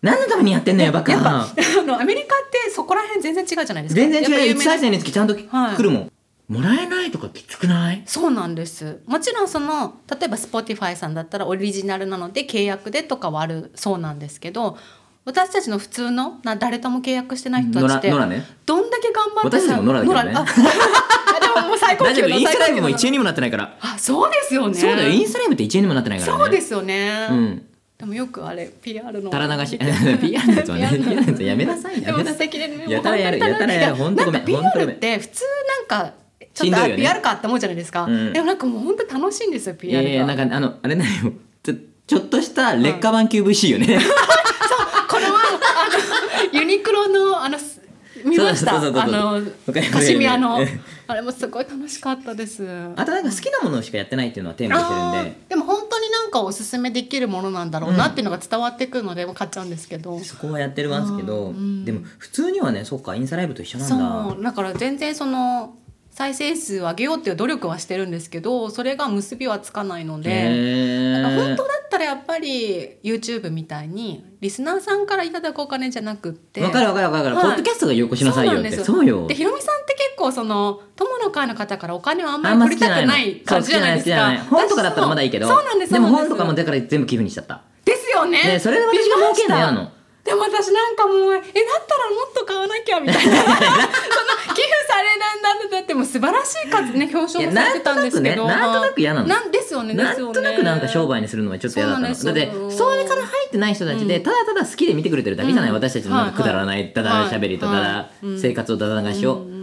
S2: 何のためにやってんのよバカ
S1: やっぱあのアメリカってそこら辺全然違うじゃないですか
S2: 全然違うよ
S1: やっぱ有
S2: 1
S1: 名な
S2: 再生につきちゃんと
S1: はい
S2: 来るもん、もらえないとかきつくない
S1: そうなんですもちろんその例えば Spotify さんだったらオリジナルなので契約でとかはあるそうなんですけど私たちの普通のな誰とも契約してない人
S2: 野
S1: たち
S2: 良
S1: って
S2: 野良ね
S1: どんだけ頑張って
S2: 私たちも野良だけどね
S1: ああでももう最高
S2: 大
S1: 級
S2: 丈夫
S1: の
S2: インスタライブも
S1: 最高級
S2: 1
S1: の
S2: 円にもなってないから
S1: あそうですよね
S2: そうだよインスタライブって1円にもなってないからね
S1: そうですよね、
S2: うん
S1: でもよくあれ PR の
S2: 垂れ流し PR のやつはね
S1: PR の
S2: PR のやつやめなさい
S1: で
S2: やめ
S1: も
S2: な
S1: 素
S2: さい
S1: 敵でね
S2: やたらやる
S1: もう
S2: やたらやるほんとごめん
S1: いやなん
S2: ほんと
S1: か
S2: ご
S1: PR
S2: めん
S1: って普通なんか
S2: し
S1: ちょ
S2: ん
S1: っ
S2: ど
S1: と
S2: いよね
S1: あ PR かって思うじゃないですか、
S2: うん
S1: でもなんかもう本当楽しいんですよ PR が、
S2: いやいやなんかあのあれなのよちょちょっとした劣化版 QVC よ ね
S1: これはあのユニクロのあのす見ました
S2: そうそうそうそう
S1: あ
S2: わ
S1: の
S2: かります
S1: カシミヤの
S2: わかり
S1: あれもすごい楽しかったです
S2: あとなんか好きなものしかやってないっていうのはテーマにしてるん
S1: あ
S2: で
S1: ーでも本当になんかおすすめできるものなんだろうなっていうのが伝わってくるので、買っちゃうんですけど
S2: そこはやってるますけど、
S1: あーうん
S2: でも普通にはねそっかインスタライブと一緒なん
S1: そ
S2: だ
S1: うだから全然その再生数を上げようっていう努力はしてるんですけどそれが結びはつかないので、
S2: へ
S1: なんか本
S2: ー
S1: 当だったらやっぱり YouTube みたいにリスナーさんからいただくお金じゃなくって
S2: わかるわかるわかる、
S1: はい
S2: ポッドキャストがよこしなさいよって
S1: そ
S2: そうう
S1: なんです
S2: よ
S1: でひろみさんって結構その友の会の方からお金をあん
S2: あ
S1: ま
S2: ん
S1: り
S2: ま
S1: 取
S2: 好き
S1: り
S2: じゃ
S1: た
S2: ない
S1: く
S2: の
S1: ない
S2: そう
S1: 感じじゃないです
S2: 好きじ
S1: か
S2: ゃない本とかだったらまだいいけど
S1: そうなんです
S2: でも
S1: そうなん
S2: 本
S1: す
S2: とかもだから全部寄付にしちゃった
S1: ですよね
S2: ねそれで私が儲けんの嫌な
S1: で
S2: の
S1: でも私なんかもうえだったらもっと買わなきゃ みたいなその寄付されなんだってだってもう素晴らしい数ね表彰もされてたんですけど
S2: いやなんとなくねなんとなく嫌なの
S1: なんですよねで
S2: な
S1: すよ
S2: ん
S1: ね
S2: となくなんか商売にするのはちょっと嫌だったの
S1: そうな
S2: だっ
S1: んで
S2: て
S1: すよ
S2: それから入ってない人たちで
S1: うん
S2: ただただ好きで見てくれてるだけじゃない、
S1: うん
S2: 私たちのなんかくだらな
S1: はい
S2: いだだらしゃべりと
S1: はい
S2: だら
S1: うん
S2: 生活をだだ流しを、
S1: うんうん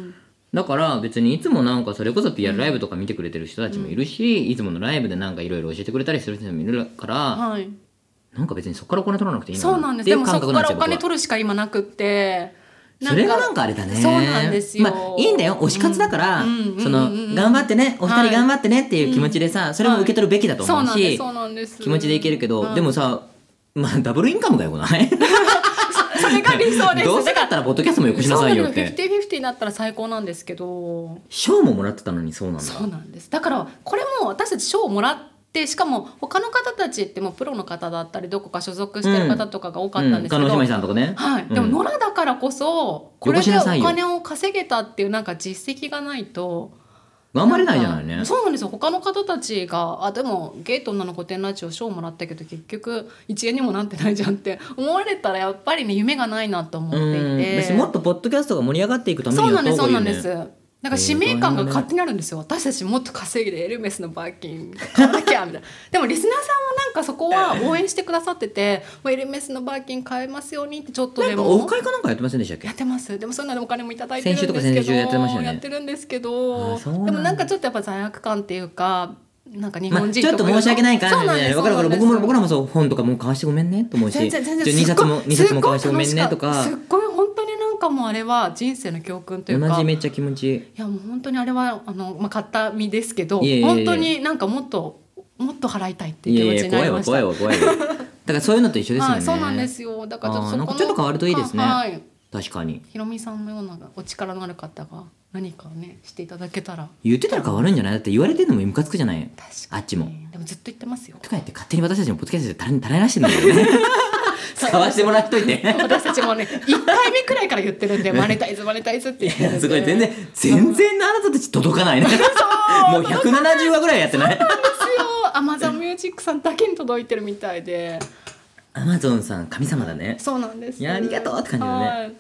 S2: だから別にいつもなんかそれこそ PR ライブとか見てくれてる人たちもいるし、いつものライブでなんかいろいろ教えてくれたりする人もいるから、
S1: はい
S2: なんか別にそこからお金取らなくていいの
S1: そうなんですでもそこからお金
S2: る
S1: 取るしか今なくって
S2: それがなんかあれだね
S1: そうなんですよ、
S2: まあ、いいんだよ推し活だから、
S1: うんうんうん
S2: その
S1: うんうん
S2: 頑張ってねお二
S1: はい
S2: 人頑張ってねっていう気持ちでさ、それも受け取るべきだと
S1: そう
S2: 思
S1: な
S2: うん
S1: です
S2: し、
S1: そうなんです
S2: 気持ちでいけるけど、
S1: うん
S2: でもさまあダブルインカムがよくない
S1: それが理想です
S2: どうせだったらポッドキャストもよこしなさいよっ
S1: そうなの
S2: て
S1: 50-50になったら最高なんですけど
S2: 賞ももらってたのにそうなんだ
S1: そうなんですだからこれも私たち賞をもらってしかも他の方たちってもうプロの方だったりどこか所属してる方とかが多かったんですけ
S2: う
S1: ど、
S2: ん、鹿野姉妹さんとかね、
S1: はい、でも野良だからこそこ
S2: よ
S1: れ
S2: こし
S1: で
S2: な
S1: お
S2: さいよ
S1: 金を稼げたっていうなんか実績がないと
S2: 頑張れないじゃない
S1: ん
S2: ね
S1: かそうなんですよ他の方たちがあでもゲート女の御殿ラジオ賞もらったけど結局1円にもなってないじゃんって思われたらやっぱりね夢がないなと思っ
S2: う
S1: てい
S2: ん
S1: て
S2: 私もっとポッドキャストが盛り上がっていくために
S1: そう
S2: や
S1: な
S2: っ
S1: ん
S2: た
S1: です
S2: 方
S1: そ
S2: が
S1: う
S2: いい
S1: な
S2: よね
S1: んですなんか使命感が勝手になるんですよ私たちもっと稼いでエルメスのバーキン買わなきゃみたいなでもリスナーさんはなんかそこは応援してくださっててもうエルメスのバーキン買えますようにってちょっと
S2: な
S1: で
S2: んか
S1: も
S2: オフ会かなんかやってませんでしたっけ
S1: やってますでもそんなのお金もいただいてるんですけど
S2: 先週とか先々週やってましたよね
S1: やってるんですけど
S2: あそうなんだ
S1: でもなんかちょっとやっぱ罪悪感っていうかなんか日
S2: まあ、
S1: 本人
S2: ちょっと申し訳ない感
S1: そう
S2: じ
S1: なん
S2: で、
S1: です
S2: わかるわかる、僕
S1: そうな
S2: も
S1: んです
S2: 僕らもそう本とかもう買わしてごめんねと思うし、
S1: 全然全然
S2: じゃあ二冊も
S1: すっごい
S2: 二冊も買わしてごめんねとか
S1: すっ、ごい楽しかったすっごい本当になんかもうあれは人生の教訓という
S2: 同
S1: か
S2: じめっちゃ気持ちいい。
S1: いやもう本当にあれはあの、まあ、買った身ですけど
S2: いえいえいえ
S1: 本当になんかもっともっと払いたいって
S2: い
S1: いう
S2: や
S1: 気
S2: い
S1: 持ち
S2: や
S1: にな
S2: 怖い
S1: り
S2: わ
S1: ました。
S2: 怖いわ怖いわ。だからそういうのと一緒ですよね。
S1: はい、そうなんですよ。だからちょっと
S2: あー
S1: そこの
S2: なんかちょっと変わるといいですね
S1: はい、
S2: 確かに。
S1: ひろみさんのようなお力のある方が何かをねしていただけたら
S2: 言ってたら変わるんじゃないだって言われてるのもムカつくじゃない
S1: 確
S2: あ
S1: か
S2: っちも。
S1: にでもずっと言ってますよ。
S2: とか言って勝手に私たちのポッドキャストで垂れ垂れ流してんだけどね。使わせてもらっといて。
S1: 私た ちもね1回目くらいから言ってるんでマネタイズマネタイズって言ってるんです
S2: ごい全然全然あなたたち届かないね。もう170話ぐらいやってない。
S1: ですよアマゾンミュージックさんだけに届いてるみたいで
S2: アマゾンさん神様だね。
S1: そうなんです
S2: いやありがとうって感じだね
S1: はい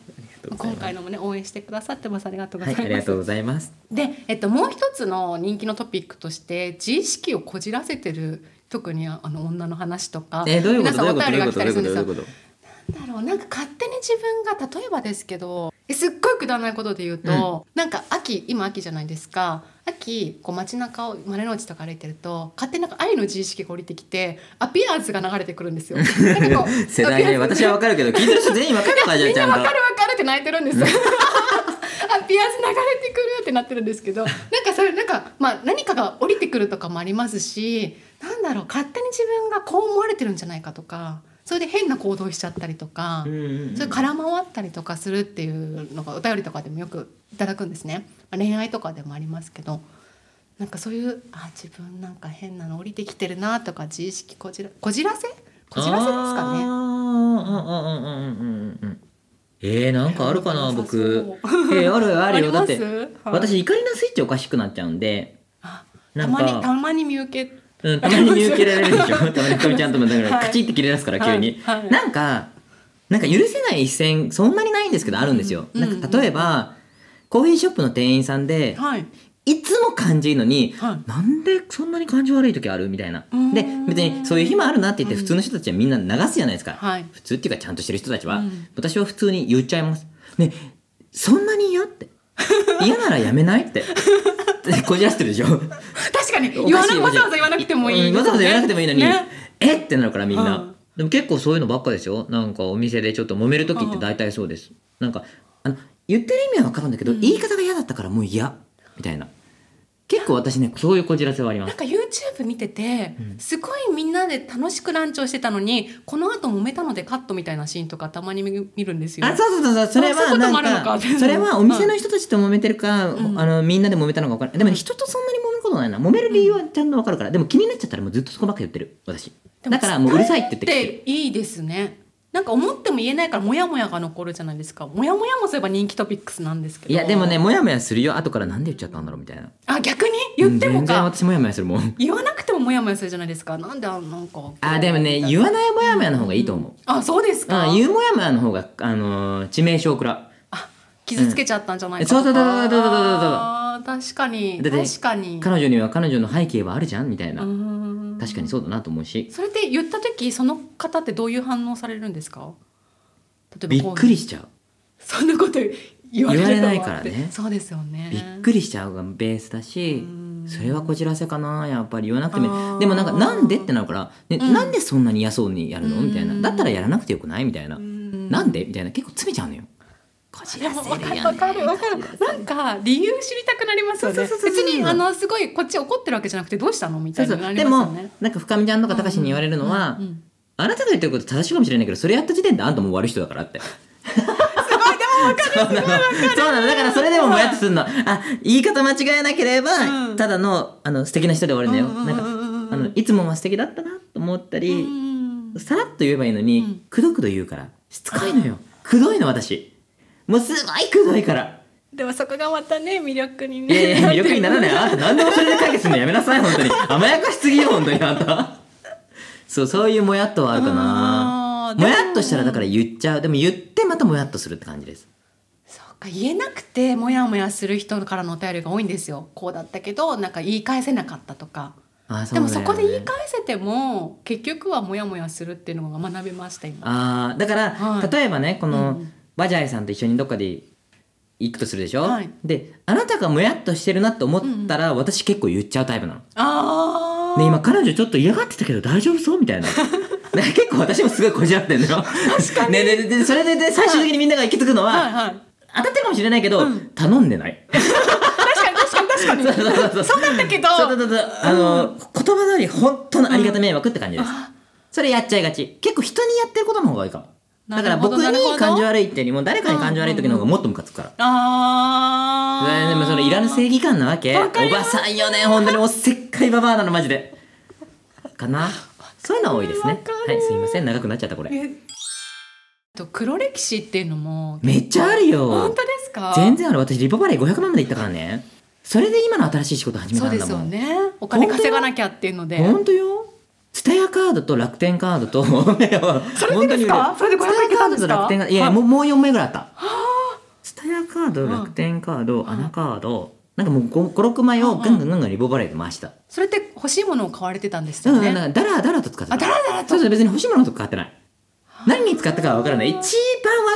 S1: 今回
S2: の。
S1: のもね応援してくださってますありがとうご
S2: は
S1: ざ
S2: いい、
S1: ます、
S2: ありがとうございます。
S1: で、えっと、もう一つの人気のトピックとして自意識をこじらせてる特にあの女の話とか
S2: えどういうこ
S1: 皆
S2: と
S1: さ
S2: どうんい
S1: お
S2: うこと
S1: 便
S2: どう
S1: り
S2: いう
S1: が
S2: こと
S1: 来た
S2: どうい
S1: り
S2: う
S1: す
S2: こ
S1: るん
S2: とどういうこと
S1: ですよなんだろうなんか勝手に自分が例えばですけどえすっごいくだらないことで言うと、なんか秋今秋じゃないですか秋こう街中を丸の内とか歩いてると勝手になんか愛の自意識が降りてきてアピアーズが流れてくる んですよ。なんかこう
S2: 世代ね私はわかるけど聞いてる人全員わかるのかじゃあ
S1: みん
S2: ちゃ
S1: なんわか
S2: と
S1: るわかるって泣いてる んですよ。あピアス流れてくるってなってるんですけどなんかそれなんか、まあ、何かが降りてくるとかもありますしなんだろう勝手に自分がこう思われてるんじゃないかとかそれで変な行動しちゃったりとか、
S2: うんうんうん
S1: それ空回ったりとかするっていうのがお便りとかでもよくいただくんですね、まあ恋愛とかでもありますけどなんかそういうあ自分なんか変なの降りてきてるなとか自意識こじらこじらせこじらせですか
S2: あー
S1: ね。
S2: うんうんうんうんうんうんえー、なんかあるかな僕
S1: そ
S2: えー、あるよあるよだって
S1: ますはい
S2: 私怒りのスイッチおかしくなっちゃうんで
S1: あ
S2: な
S1: た
S2: んか
S1: まにたまに見受け
S2: うん、たまに見受けられるでしょたまにかみちゃんともだから、
S1: はい
S2: カチって切れ出すから急に、
S1: はいはい
S2: なんかなんか許せない一線そんなにないんですけどあるんですよ、
S1: うんうん
S2: なんか例えば、コーヒーショップの店員さんで、
S1: はい
S2: いつも感じいいのに、
S1: はい
S2: なんでそんなに感じ悪い時あるみたいな
S1: うー。ん
S2: で、別にそういう日もあるなって言って、
S1: うん
S2: 普通の人たちはみんな流すじゃないですか。
S1: はい
S2: 普通っていうか、ちゃんとしてる人たちは、
S1: うん
S2: 私は普通に言っちゃいます。ね、そんなに嫌って。 嫌ならやめないって。 こじらしてるでしょ。
S1: 確かに
S2: お
S1: 言わ
S2: か
S1: な
S2: しい
S1: わざわざ言わなくてもいい、
S2: うんわざわざ言わなくてもいいのに、
S1: ね
S2: えってなるからみんな、
S1: うん
S2: でも結構そういうのばっかですよなんかお店でちょっと揉める時って大体そうです、なんかあの言ってる意味は分かるんだけど、
S1: うん
S2: 言い方が嫌だったからもう嫌みたいな結構私ねそういうこじらせはありま
S1: なん
S2: す
S1: か YouTube 見てて、
S2: うん
S1: すごいみんなで楽しくランチをしてたのにこの後揉めたのでカットみたいなシーンとかたまに見見るんですよ
S2: あそうそうそうそれ
S1: あそうい
S2: は
S1: うこと
S2: な
S1: もあ
S2: ん
S1: るのか
S2: かそれはお店の人たちと揉めてるか、
S1: うん
S2: あのみんなで揉めたのか分からないでもね人とそんなに揉めることないな揉める理由はちゃんと分かるからでも気になっちゃったらもうずっとそこばっか言ってる私
S1: でも
S2: だからもううるさいって言ってきてる
S1: っていいですねなんか思っても言えないからモヤモヤが残るじゃないですかモヤモヤもそういえば人気トピックスなんですけど
S2: いやでもねもやもやするよ後からなんで言っちゃったんだろうみたいな
S1: あ逆に言って
S2: う
S1: も
S2: ん全然
S1: か、
S2: 私もやもやするもん
S1: 言わなくてもモヤモヤするじゃないですかなんであなんか
S2: あでもね言わないもやもやの方がいいと思う、
S1: あそうですか、
S2: あ言うもやもやの方が、あのー致命傷くら
S1: あ傷つけちゃったんじゃないか
S2: うんそうそうそうそうそうそうそう
S1: あー確かに
S2: だって
S1: 確かに
S2: 彼女には彼女の背景はあるじゃんみたいな、確
S1: 確
S2: かにそうだなと思うし
S1: それって言った時その方ってどういう反応されるんですか例
S2: び
S1: え
S2: っ
S1: ばこう
S2: くりしちゃう
S1: そんなこと言われるとは
S2: 言われないからね
S1: そうですよね
S2: びっくりしちゃうがベースだし
S1: うん
S2: それはこじらせかなやっぱり言わなくて
S1: あー
S2: もでもなんかなんでってなるから、ね
S1: うん
S2: なんでそんなに嫌そうにやるのみたいな
S1: うん
S2: だったらやらなくてよくないみたいな、
S1: うん
S2: なんでみたいな結構詰めちゃうのよこじ
S1: いや
S2: ら
S1: もう
S2: せ
S1: わ
S2: る
S1: かる
S2: よ
S1: わ
S2: ね
S1: かるわかるなんか理由知りたくなりますよね
S2: そうそうそうそう
S1: 別にあのすごいこっち怒ってるわけじゃなくてどうしたのみ
S2: そ
S1: た
S2: う
S1: い
S2: そ
S1: に
S2: う
S1: なり
S2: で
S1: ますよ
S2: も
S1: ね
S2: なんか深見ちゃんとか高志に言われるのは、
S1: うんうん
S2: あなたが言ってること正しいかもしれないけどそれやった時点であんたもう悪い人だからって。そうなのそうなのだからそれでももやっとするのあ言い方間違えなければ、
S1: うん
S2: ただのあの素敵な人で終わるんだよ、
S1: うんうん
S2: なん
S1: うんうんうん
S2: かあのいつもは素敵だったなと思った
S1: う
S2: り、
S1: ん
S2: さらっと言えばいいのに、
S1: うん
S2: くどくど言うからしつこいのよくどいの私もうすごいくどい から
S1: でもそこがまたね魅力に
S2: い
S1: ね
S2: やいや魅力にならないあんた何でもそれで解決するのやめなさい本当に甘やかしすぎよ本当にあんたそうそういうもやっとはあるかな
S1: あーで
S2: もやっとしたらだから言っちゃうでも言ってまたもやっとするって感じです
S1: そうか言えなくてモヤモヤする人からのお便りが多いんですよこうだったけどなんか言い返せなかったとか
S2: あそ
S1: で
S2: うだよ
S1: も
S2: ね
S1: そこで言い返せても結局はモヤモヤするっていうのが学びました今
S2: あーだから、
S1: はい
S2: 例えばねこの、
S1: うん
S2: バジャイさんと一緒にどっかで行くとするでしょ、
S1: はい
S2: であなたがもやっとしてるなって思ったら、私結構言っちゃうタイプなの
S1: あー
S2: ね、今彼女ちょっと嫌がってたけど大丈夫そうみた いなね結構私もすごいこじらってんのよ確かにねねねでそれでで最終的にみんなが行き着くのは、
S1: はいはい
S2: 当たってるかもしれないけど、
S1: うん
S2: 頼んでない
S1: 確かに確かに確か
S2: そ
S1: に
S2: うそうそうそう
S1: そうだったけど
S2: そうそうそうあの、言葉通り本当のありがた迷惑って感じです、
S1: あ
S2: それやっちゃいがち結構人にやってることの方が多いかもだから
S1: なるほ
S2: 僕
S1: どなるほ
S2: に
S1: ど
S2: 感情悪いっていうよりも誰かに感情悪い時の方がもっとムカつくから、
S1: あー
S2: でもそのいらぬ正義感なわけ
S1: わかり
S2: お
S1: ま
S2: ばさんよね本当におせっかいババアなのマジでかなそういうのは多いです
S1: わ
S2: ね
S1: か
S2: は
S1: る
S2: いすいません長くなっちゃったこれ
S1: えあと黒歴史っていうのも
S2: めっちゃある
S1: 本
S2: よ
S1: 当ですか
S2: 全然ある私リボバレー500万まで行ったからねそれで今の新しい仕事始め
S1: そ
S2: た
S1: うんで
S2: だ
S1: す
S2: も
S1: よ
S2: ん
S1: ねお金稼がなきゃっていうので
S2: 本当よスタヤカードと楽天カード と本
S1: れでですか
S2: 当に売れる
S1: それで500いけたんで
S2: ス
S1: すか
S2: タヤカードと楽天カードいやいや
S1: はい
S2: もうもう4名ぐらいあったスタヤカード
S1: ん
S2: 楽天カード、
S1: ん
S2: アナカードなんかもう56枚をガンガンガンガンリボバレーで回した、
S1: それって欲しいものを買われてたんです
S2: だ
S1: よ
S2: から
S1: ね
S2: なんかダラダラと使ってた
S1: あダラダラと
S2: そうそう別に欲しいものとか買ってない何に使ったかは分からない一番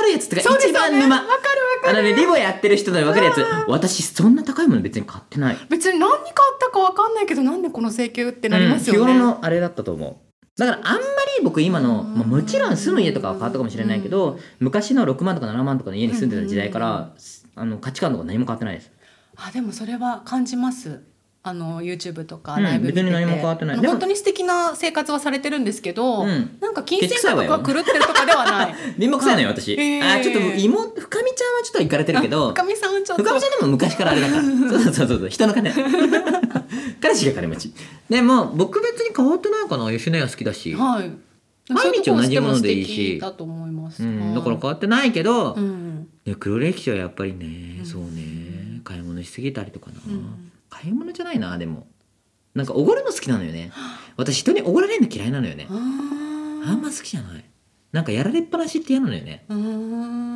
S2: 悪いやつとか
S1: そうです
S2: 一
S1: よ
S2: 番
S1: ね
S2: 沼、
S1: わかるわか
S2: あの
S1: る
S2: ねリボやってる人で分かるやつ私そんな高いもの別に買ってない
S1: 別に何買ったかわかんないけどなんでこの請求ってなりますよね、
S2: うん日頃のあれだったと思うだからあんまり僕今の、
S1: うん
S2: まあ、もちろん住む家とかは変わったかもしれないけど、昔の6万とか7万とかの家に住んでた時代から、あの価値観とか何も変わってないです
S1: あでもそれは感じますあの YouTube とか
S2: うん
S1: ライブ見てて、
S2: 別に何も変わってない
S1: あの
S2: でも
S1: 本当に素敵な生活はされてるんですけど、
S2: うん
S1: なんか金銭感覚が狂ってるとかでは ない
S2: 貧乏くさいのよ私、
S1: えー
S2: あちょっと妹深見ちゃんはちょっと行かれてるけ ど
S1: 深見さんは ちょっと
S2: 深見ちゃんでも昔からあれ だからそうそうそうそう人の金 彼氏が金持ちでも僕別に変わってないかな吉野家好きだし、
S1: はい
S2: 毎日同じものでいいし
S1: そういうところしても素敵だと思います、
S2: うん、だから
S1: はい
S2: 変わってないけど、
S1: うん
S2: ね、黒歴史はやっぱりね、
S1: うん
S2: そうね買い物しすぎたりとかな、
S1: うん
S2: 買い物じゃないなでもなんかおごるの好きなのよね私人におごられるの嫌いなのよね
S1: あー
S2: あんま好きじゃないなんかやられっぱなしって嫌なのよね
S1: うー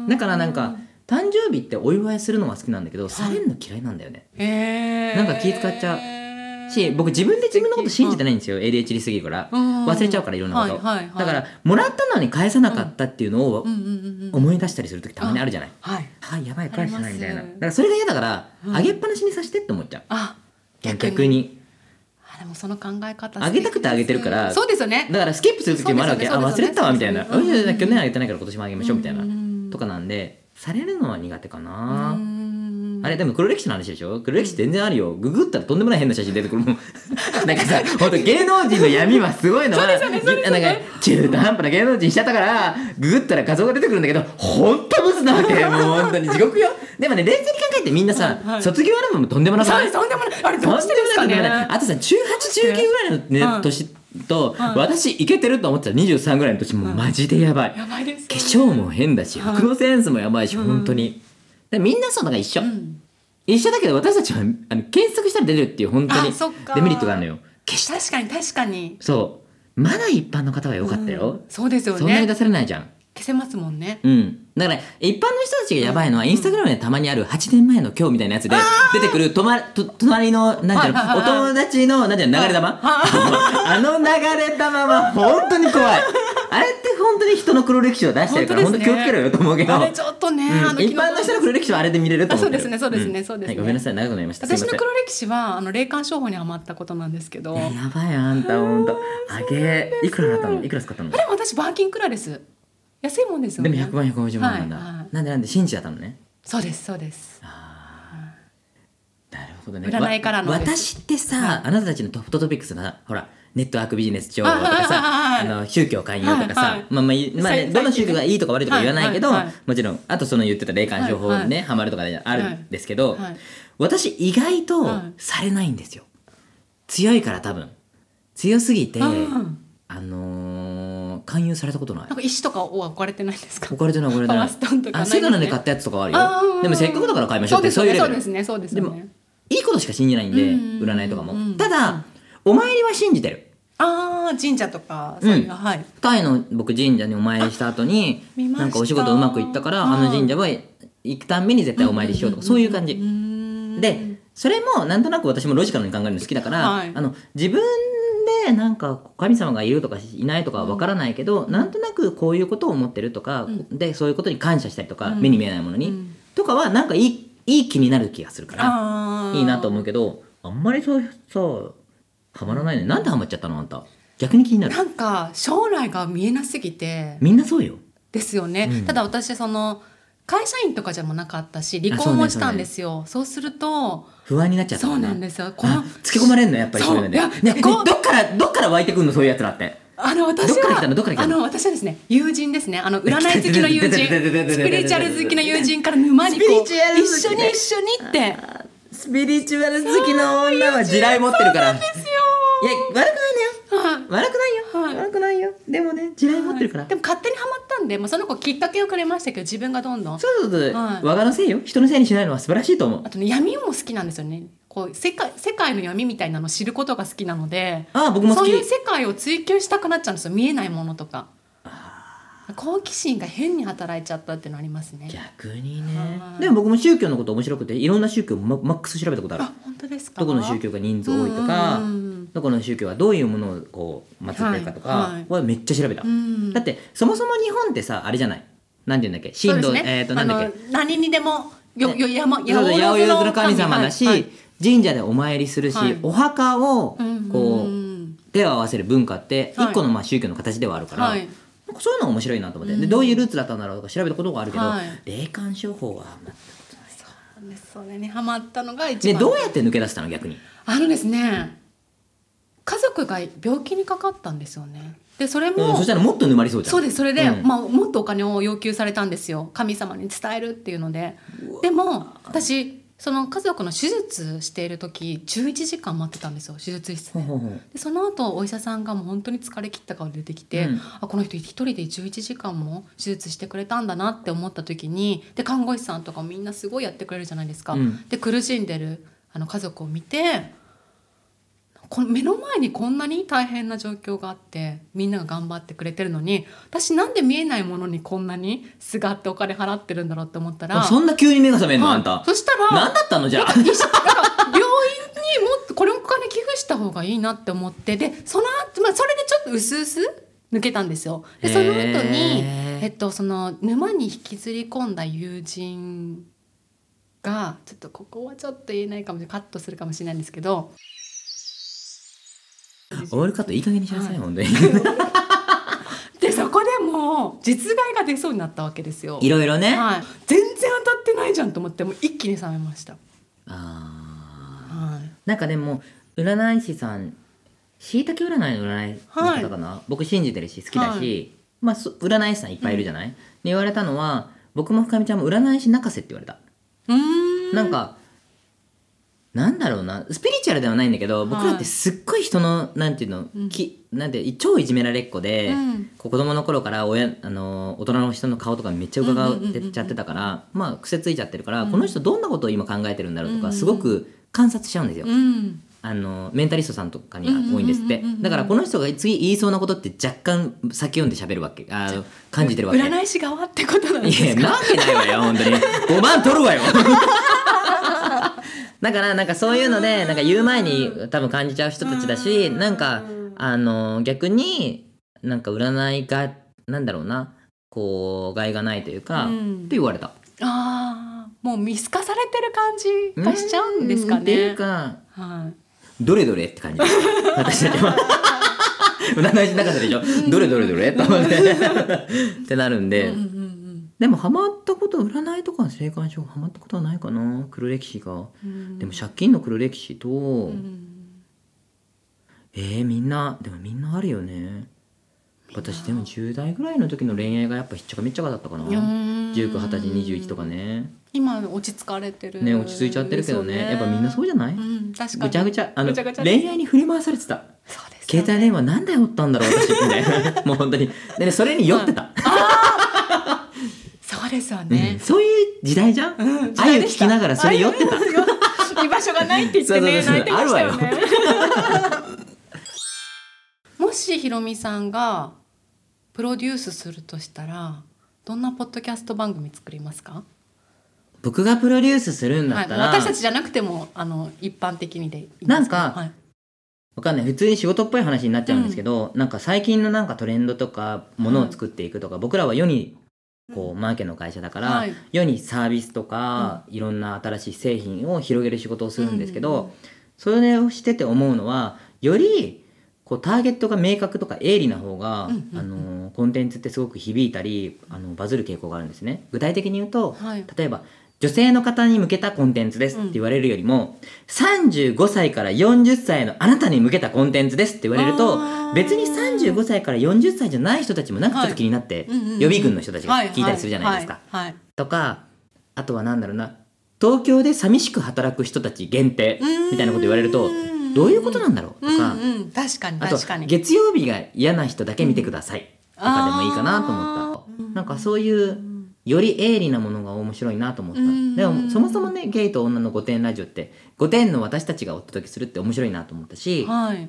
S1: ん
S2: だからなんか誕生日ってお祝いするのは好きなんだけど、されるの嫌いなんだよね。
S1: えー、
S2: なんか気使っちゃ
S1: う
S2: し、僕自分で自分のこと信じてないんですよ。ADHD すぎるから。忘
S1: 忘
S2: れちゃうからいろんなこと。
S1: はいはいはい、
S2: だから、もらったのに返さなかったっていうのを
S1: うんうんうんうん、
S2: 思い出したりするときたまにあるじゃない。
S1: はい
S2: あ、やばい、返してないみたいな。
S1: あります
S2: だからそれが嫌だから、
S1: うん
S2: あげっぱなしにさせてって思っちゃう。
S1: あ
S2: 逆に。
S1: あでもその考え方
S2: あげたくてあげてるから
S1: そうですよね
S2: だからスキップするときもあるわけ。
S1: そう
S2: あ、
S1: です
S2: 忘
S1: そうで
S2: れ
S1: す
S2: てたわ、みたいな。
S1: そう
S2: うん、
S1: で
S2: い
S1: すそうです
S2: やいや去年あげてないから今年もあげましょう、みたいな。と
S1: と
S2: かなんで、されるのは苦手かな。あ
S1: あ
S2: れでも黒歴史の話でしょ黒歴史全然あるよ。ググったらとんでもない変な写真出てくるもん。 なんかさ、ほんと芸能人の闇はすごいのは、なんか中途半端な芸能人しちゃったから、ググったら画像が出てくるんだけど、ほんとブスな わけ。もうほんとに地獄よ。でもね、冷静に考えてみんなさ、
S1: はいはい
S2: 卒業アルバムとんでもなくない
S1: そうとんでもないあれどうしてです
S2: と
S1: か
S2: んで
S1: ね
S2: もないあとさ、18、19ぐらいの
S1: う
S2: ね、
S1: ん
S2: 年と、
S1: うん
S2: 私イケてると思ってた23ぐらいの年もマジでやばい。
S1: やばいですよ
S2: 化粧も変だし、
S1: はい
S2: 服のセンスもやばいし、
S1: うん
S2: 本当に。でみんなそうなんか一緒。
S1: うん
S2: 一緒だけど私たちはあの検索したら出てるっていう本当に
S1: あそっか
S2: デメリットがあるのよ消した
S1: 確かに確かに
S2: そうまだ一般の方は良かったよ、
S1: うんそうですよ
S2: そんなに
S1: ね
S2: 出
S1: 消
S2: されないじゃん
S1: せますもんね
S2: うんだから一般の人たちがやばいのは、インスタグラムでたまにある8年前の今日みたいなやつで出てくると、ま、と隣のなんていうの、
S1: はいはいはい
S2: お友達のなんていうの流れ玉 あの流れ玉は本当に怖いあれって本当に人の黒歴史を出してるから
S1: 本
S2: 本
S1: 当
S2: 当,、
S1: ですね
S2: 気をつけろよと思うけど
S1: あれちょっとねあ
S2: うん
S1: の
S2: 一般の人の黒歴史はあれで見れると思ってる
S1: あそうですねそうですねそうです
S2: は
S1: ね
S2: いごめんなさい長くなりましたすいま
S1: 私
S2: せん
S1: の黒歴史はあの霊感商法にはまったことなんですけど
S2: いややばいよあんたほんとあげいくらだったのいくら使ったの
S1: でも私バーキンクラです安いもんですよ
S2: で
S1: ね
S2: も100万150万なんだ、
S1: はいはい
S2: なんでなんで信じだったのね
S1: そうですそうです
S2: あーなるほどね
S1: 占いからの
S2: わ
S1: です
S2: 私ってさ、
S1: は
S2: あなたたちのトップトピックスのさほらネットワークビジネス情報とかさ
S1: あはいはいはい
S2: あの宗教勧誘とかさ、
S1: はいはい
S2: まあまあ、いまあね
S1: 最近ね
S2: どの宗教がいいとか悪いとか言わないけど、
S1: はいはいはい
S2: もちろんあとその言ってた霊感商法
S1: は
S2: に
S1: い
S2: ね、
S1: は
S2: ハマるとかねあるんですけど、
S1: はい
S2: 私意外と
S1: はい
S2: されないんですよ強いから多分強すぎて、
S1: うん
S2: あのー勧誘されたことない
S1: なんか石とかを置かれてないんですか
S2: 置かれてない置かれてない
S1: パワーストーンとか
S2: あ
S1: ない
S2: セ
S1: ん
S2: ガ
S1: ですね
S2: ナで買ったやつとかは
S1: あ
S2: あるよ
S1: ー
S2: でもせっかくだから買いましょうってそういうレベ
S1: そう
S2: ル
S1: ですねそうですねそう
S2: で
S1: ですね
S2: いいことしか信じないんで
S1: うん
S2: 占いとか
S1: う
S2: も
S1: ん
S2: ただお参りは信じてる
S1: ああ神社とかそういうの、
S2: う
S1: はい
S2: タイの僕神社にお参りした後に
S1: 見ました
S2: なんかお仕事うまくいったからあの神社は行くたんびに絶対お参りしようとかそういう感じでそれもなんとなく私もロジカルに考えるの好きだから、
S1: はい
S2: あの自分でなんか神様がいるとかいないとかはわからないけど、なんとなくこういうことを思ってるとか、
S1: う
S2: でそういうことに感謝したりとか、
S1: うん
S2: 目に見えないものに、
S1: うん
S2: とかはなんかいいいい気になる気がするから
S1: あ
S2: いいなと思う
S1: け
S2: けどあんまりそうさハマらないねなんでハマっちゃったのあんた逆に気になる
S1: なんか将来が見えなすぎて
S2: みんなそうよ
S1: ですよね、
S2: うん
S1: ただ私その会社員とかじゃもなかったし離
S2: あそう
S1: 婚
S2: ね
S1: もしたんですよそう,、すると
S2: 不安になっちゃった
S1: そ
S2: の
S1: う
S2: ね
S1: なんですよこの
S2: あつけ込まれんのやっぱりそういうので
S1: そういや
S2: ねね
S1: こう
S2: どっからどっから湧いてくんのそういうやつらって
S1: あの私は
S2: どっから来たのどっから来たの
S1: あの私はですね友人ですねあの占い好き の友人
S2: 出て出て出て出て出て出て
S1: スピリチュアル好きの友人から沼にこ
S2: ス
S1: う
S2: ピリチュアル好き
S1: 一緒に一緒にって
S2: スピリチュアル好きの女は地雷持ってるから。いや、悪くない
S1: はい
S2: のよ。悪くないよ。
S1: はい
S2: 悪くないよ。でもね、地雷持ってるから。
S1: でも勝手にはまったんで、まあ、その子きっかけをくれましたけど自分がどんどん
S2: そうそうそう。
S1: はい
S2: 我がのせいよ。人のせいにしないのは素晴らしいと思う
S1: あ。とね闇も好きなんですよねこう世界世界の闇みたいなのを知ることが好きなので
S2: ああ、僕も好
S1: そ
S2: き
S1: うい。う世界を追求したくなっちゃうんですよ見えないものとか好奇心が変に働いちゃったっていうのありますね
S2: 逆にね
S1: は。い
S2: でも僕も宗教のこと面白くて、いろんな宗教ママックス調べたことある
S1: あ。本当ですか
S2: どこの宗教が人数多いとか
S1: うんうんうんうん、
S2: どこの宗教はどういうものをこう祀ってるかと
S1: はい
S2: か
S1: はい
S2: はめっちゃ調べた
S1: う。ん
S2: だって、そもそも日本ってさ、あれじゃない。なんて言うんだっけ神道、
S1: そうですね
S2: えっと、なんだっけ
S1: あの何にでもよよ山
S2: そうそう八百万の神様だし、
S1: はいはい
S2: 神社でお参りするし、
S1: はい
S2: お墓を
S1: うん
S2: こう、
S1: うん
S2: 手を合わせる文化って
S1: はい
S2: 一個のまあ宗教の形ではあるから、
S1: はい
S2: なんかそういうの面白いなと思って、
S1: う
S2: で
S1: ん
S2: どういうルーツだったんだろうとか調べたことがあるけど、
S1: はい
S2: 霊感商法は、ま
S1: そうですそれにハマったのが
S2: あ
S1: 一
S2: で
S1: 番
S2: どうやって抜け出したの逆に
S1: あのですね家族が病気にかかったんですよねでそれ
S2: うん
S1: も、
S2: そしたらもっと沼りそうじゃん
S1: そうですそれで、
S2: うん
S1: まあ、もっとお金を要求されたんですよ神様に伝えるっていうのででも私その家族の手術している時11時間待ってたんですよ手術室
S2: ほう
S1: で
S2: ほうほう
S1: でその後お医者さんがもう本当に疲れ切った顔で出てきて、
S2: うん
S1: あこの人一人で11時間も手術してくれたんだなって思った時にで看護師さんとかみんなすごいやってくれるじゃないですか、
S2: うん
S1: で苦しんでるあの家族を見てなんかこの目の前にこんなに大変な状況があってみんなが頑張ってくれてるのに私なんで見えないものにこんなにすがってお金払ってるんだろうって思ったら
S2: あそんな急に目が覚めんのあん
S1: は
S2: た
S1: い。そしたら
S2: 何だったのじゃあ。
S1: 医者が病院にもっとこれお金寄付した方がいいなって思ってでその後、まあ、それでちょっと薄々抜けたんですよ。でその後に、
S2: へー
S1: えっと、その沼に引きずり込んだ友人がちょっとここはちょっと言えないかもしれないカットするかもしれないんですけど
S2: オールカットいい加減にしなさい、
S1: はい
S2: 本当に。
S1: でそこでもう実害が出そうになったわけですよ。
S2: いろいろね。
S1: はい、全然当たってないじゃんと思ってもう一気に冷めました。
S2: あー
S1: はい
S2: なんかでも占い師さんしいたけ占いの占いの方かな、僕信じてるし好きだし、
S1: は
S2: まあ、そ占い師さんいっぱいいるじゃない、で言われたのは僕も深見ちゃんも占い師泣かせって言われた、
S1: うーん
S2: なんかなんだろうなスピリチュアルではないんだけど僕らってすっごい人のなんていうの、
S1: うん
S2: きなんて超いじめられっ子で、
S1: うん
S2: こう子供の頃から親あの大人の人の顔とかめっちゃ伺ってちゃってたから、まあ癖ついちゃってるから、
S1: うん
S2: この人どんなことを今考えてるんだろうと
S1: うんうん
S2: か
S1: うん
S2: すごく観察しちゃうんですよ、
S1: うん
S2: あのメンタリストさんとかには多いんですっ
S1: う
S2: て
S1: んうんうんうんうん
S2: だからこの人が次言いそうなことって若干先読んで喋るわけあの感じてるわけ
S1: 占い師側ってことなんで
S2: い
S1: す
S2: や
S1: か。
S2: なわけないわよ本当に5万取る わよだからなんかそういうのでなんか言う前に多分感じちゃう人たちだし
S1: うん
S2: なんかあの逆になんか占いがなんだろうなこう害がないというか、
S1: うん
S2: って言われた
S1: ああ、もう見透かされてる感じがしちゃうんですか
S2: ってい
S1: ね
S2: う。か
S1: はい。
S2: どれどれって感 じ私たちは 占い師の中ででしょどれどれどれと思って ってなるんで、
S1: うんうんうん
S2: でもハマったこと占いとかの霊感症ハマったことはないかな黒歴史が、
S1: うん
S2: でも借金の黒歴史と、
S1: うん
S2: えー、みんなでもみんなあるよね私でも10代ぐらいの時の恋愛がやっぱひっちゃかめっちゃかだったかな
S1: うん
S2: 1920歳21とかね
S1: 今落ち着かれてる
S2: ね落ち着いちゃってるけどねやっぱみんなそうじゃない、
S1: うん確か
S2: ぐ
S1: に
S2: ちゃぐちゃあの
S1: ぐちゃぐちゃです
S2: 恋愛に振り回されてた
S1: そうですよね
S2: 携帯電話なんでおったんだろう私みたい なもう本当にでねそれに酔ってた、
S1: そうですよ
S2: うん
S1: ね
S2: そういう時代じゃん、
S1: うん時
S2: あゆ
S1: 代
S2: 聞
S1: でした
S2: きながらそれ酔ってた
S1: 居場所がないって言ってね
S2: そうそうそう
S1: 泣いてましたよ
S2: あ
S1: ねもしひろみさんがプロデュースするとしたらどんなポッドキャスト番組作りますか
S2: 僕がプロデュースするんだ
S1: は
S2: っ
S1: い、
S2: たら、
S1: 私たちじゃなくてもあの一般的にでいいです
S2: なんか
S1: はい
S2: わかんない普通に仕事っぽい話になっちゃうんですけど、なんか最近のなんかトレンドとかものを作っていくとか、僕らは世にこう、マーケの会社だから、
S1: はい
S2: 世にサービスとか、いろんな新しい製品を広げる仕事をするんですけど、
S1: うんうんうん
S2: それをしてて思うのはよりこうターゲットが明確とか鋭利な方が、
S1: うんうんうん
S2: あのコンテンツってすごく響いたりあのバズる傾向があるんですね。具体的に言うと、
S1: はい
S2: 例えば女性の方に向けたコンテンツですって言われるよりも、35歳から40歳のあなたに向けたコンテンツですって言われると
S1: あー
S2: 別に35歳から40歳じゃない人たちもなんかちょっと気になって、
S1: うんうんうん
S2: 予備軍の人たちが聞いたりするじゃないですか。
S1: はいはい
S2: とかあとはなんだろうな東京で寂しく働く人たち限定みたいなこと言われると
S1: うーん
S2: どういうことなんだろうとか、
S1: うんうん、確かに
S2: あと
S1: 確かに
S2: 月曜日が嫌な人だけ見てくださいとかでもいいかなと
S1: うん
S2: 思
S1: あ
S2: った、
S1: ー
S2: なんかそういうより鋭利なものが面白いなと思った、
S1: うん
S2: でもそもそもねゲイと女の御殿ラジオって御殿の私たちがお届けするって面白いなと思ったし、
S1: はい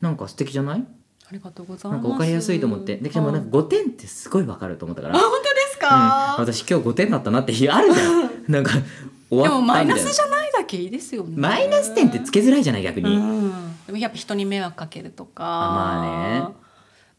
S2: なんか素敵じゃない
S1: ありがとうござい
S2: な
S1: ます
S2: んか分かりやすいと思ってででもなんか御殿ってすごい分かると思ったから
S1: あ本当です
S2: うん、
S1: か、
S2: 私今日5点だったなって日あるじゃ んなんか終
S1: で
S2: わ
S1: も
S2: った
S1: マイ
S2: み
S1: ナ
S2: たいな
S1: スじゃないだけいいですよね
S2: マイナス点ってつけづらいじゃない逆に、
S1: うんでもやっぱ人に迷惑かけるとか
S2: あまあね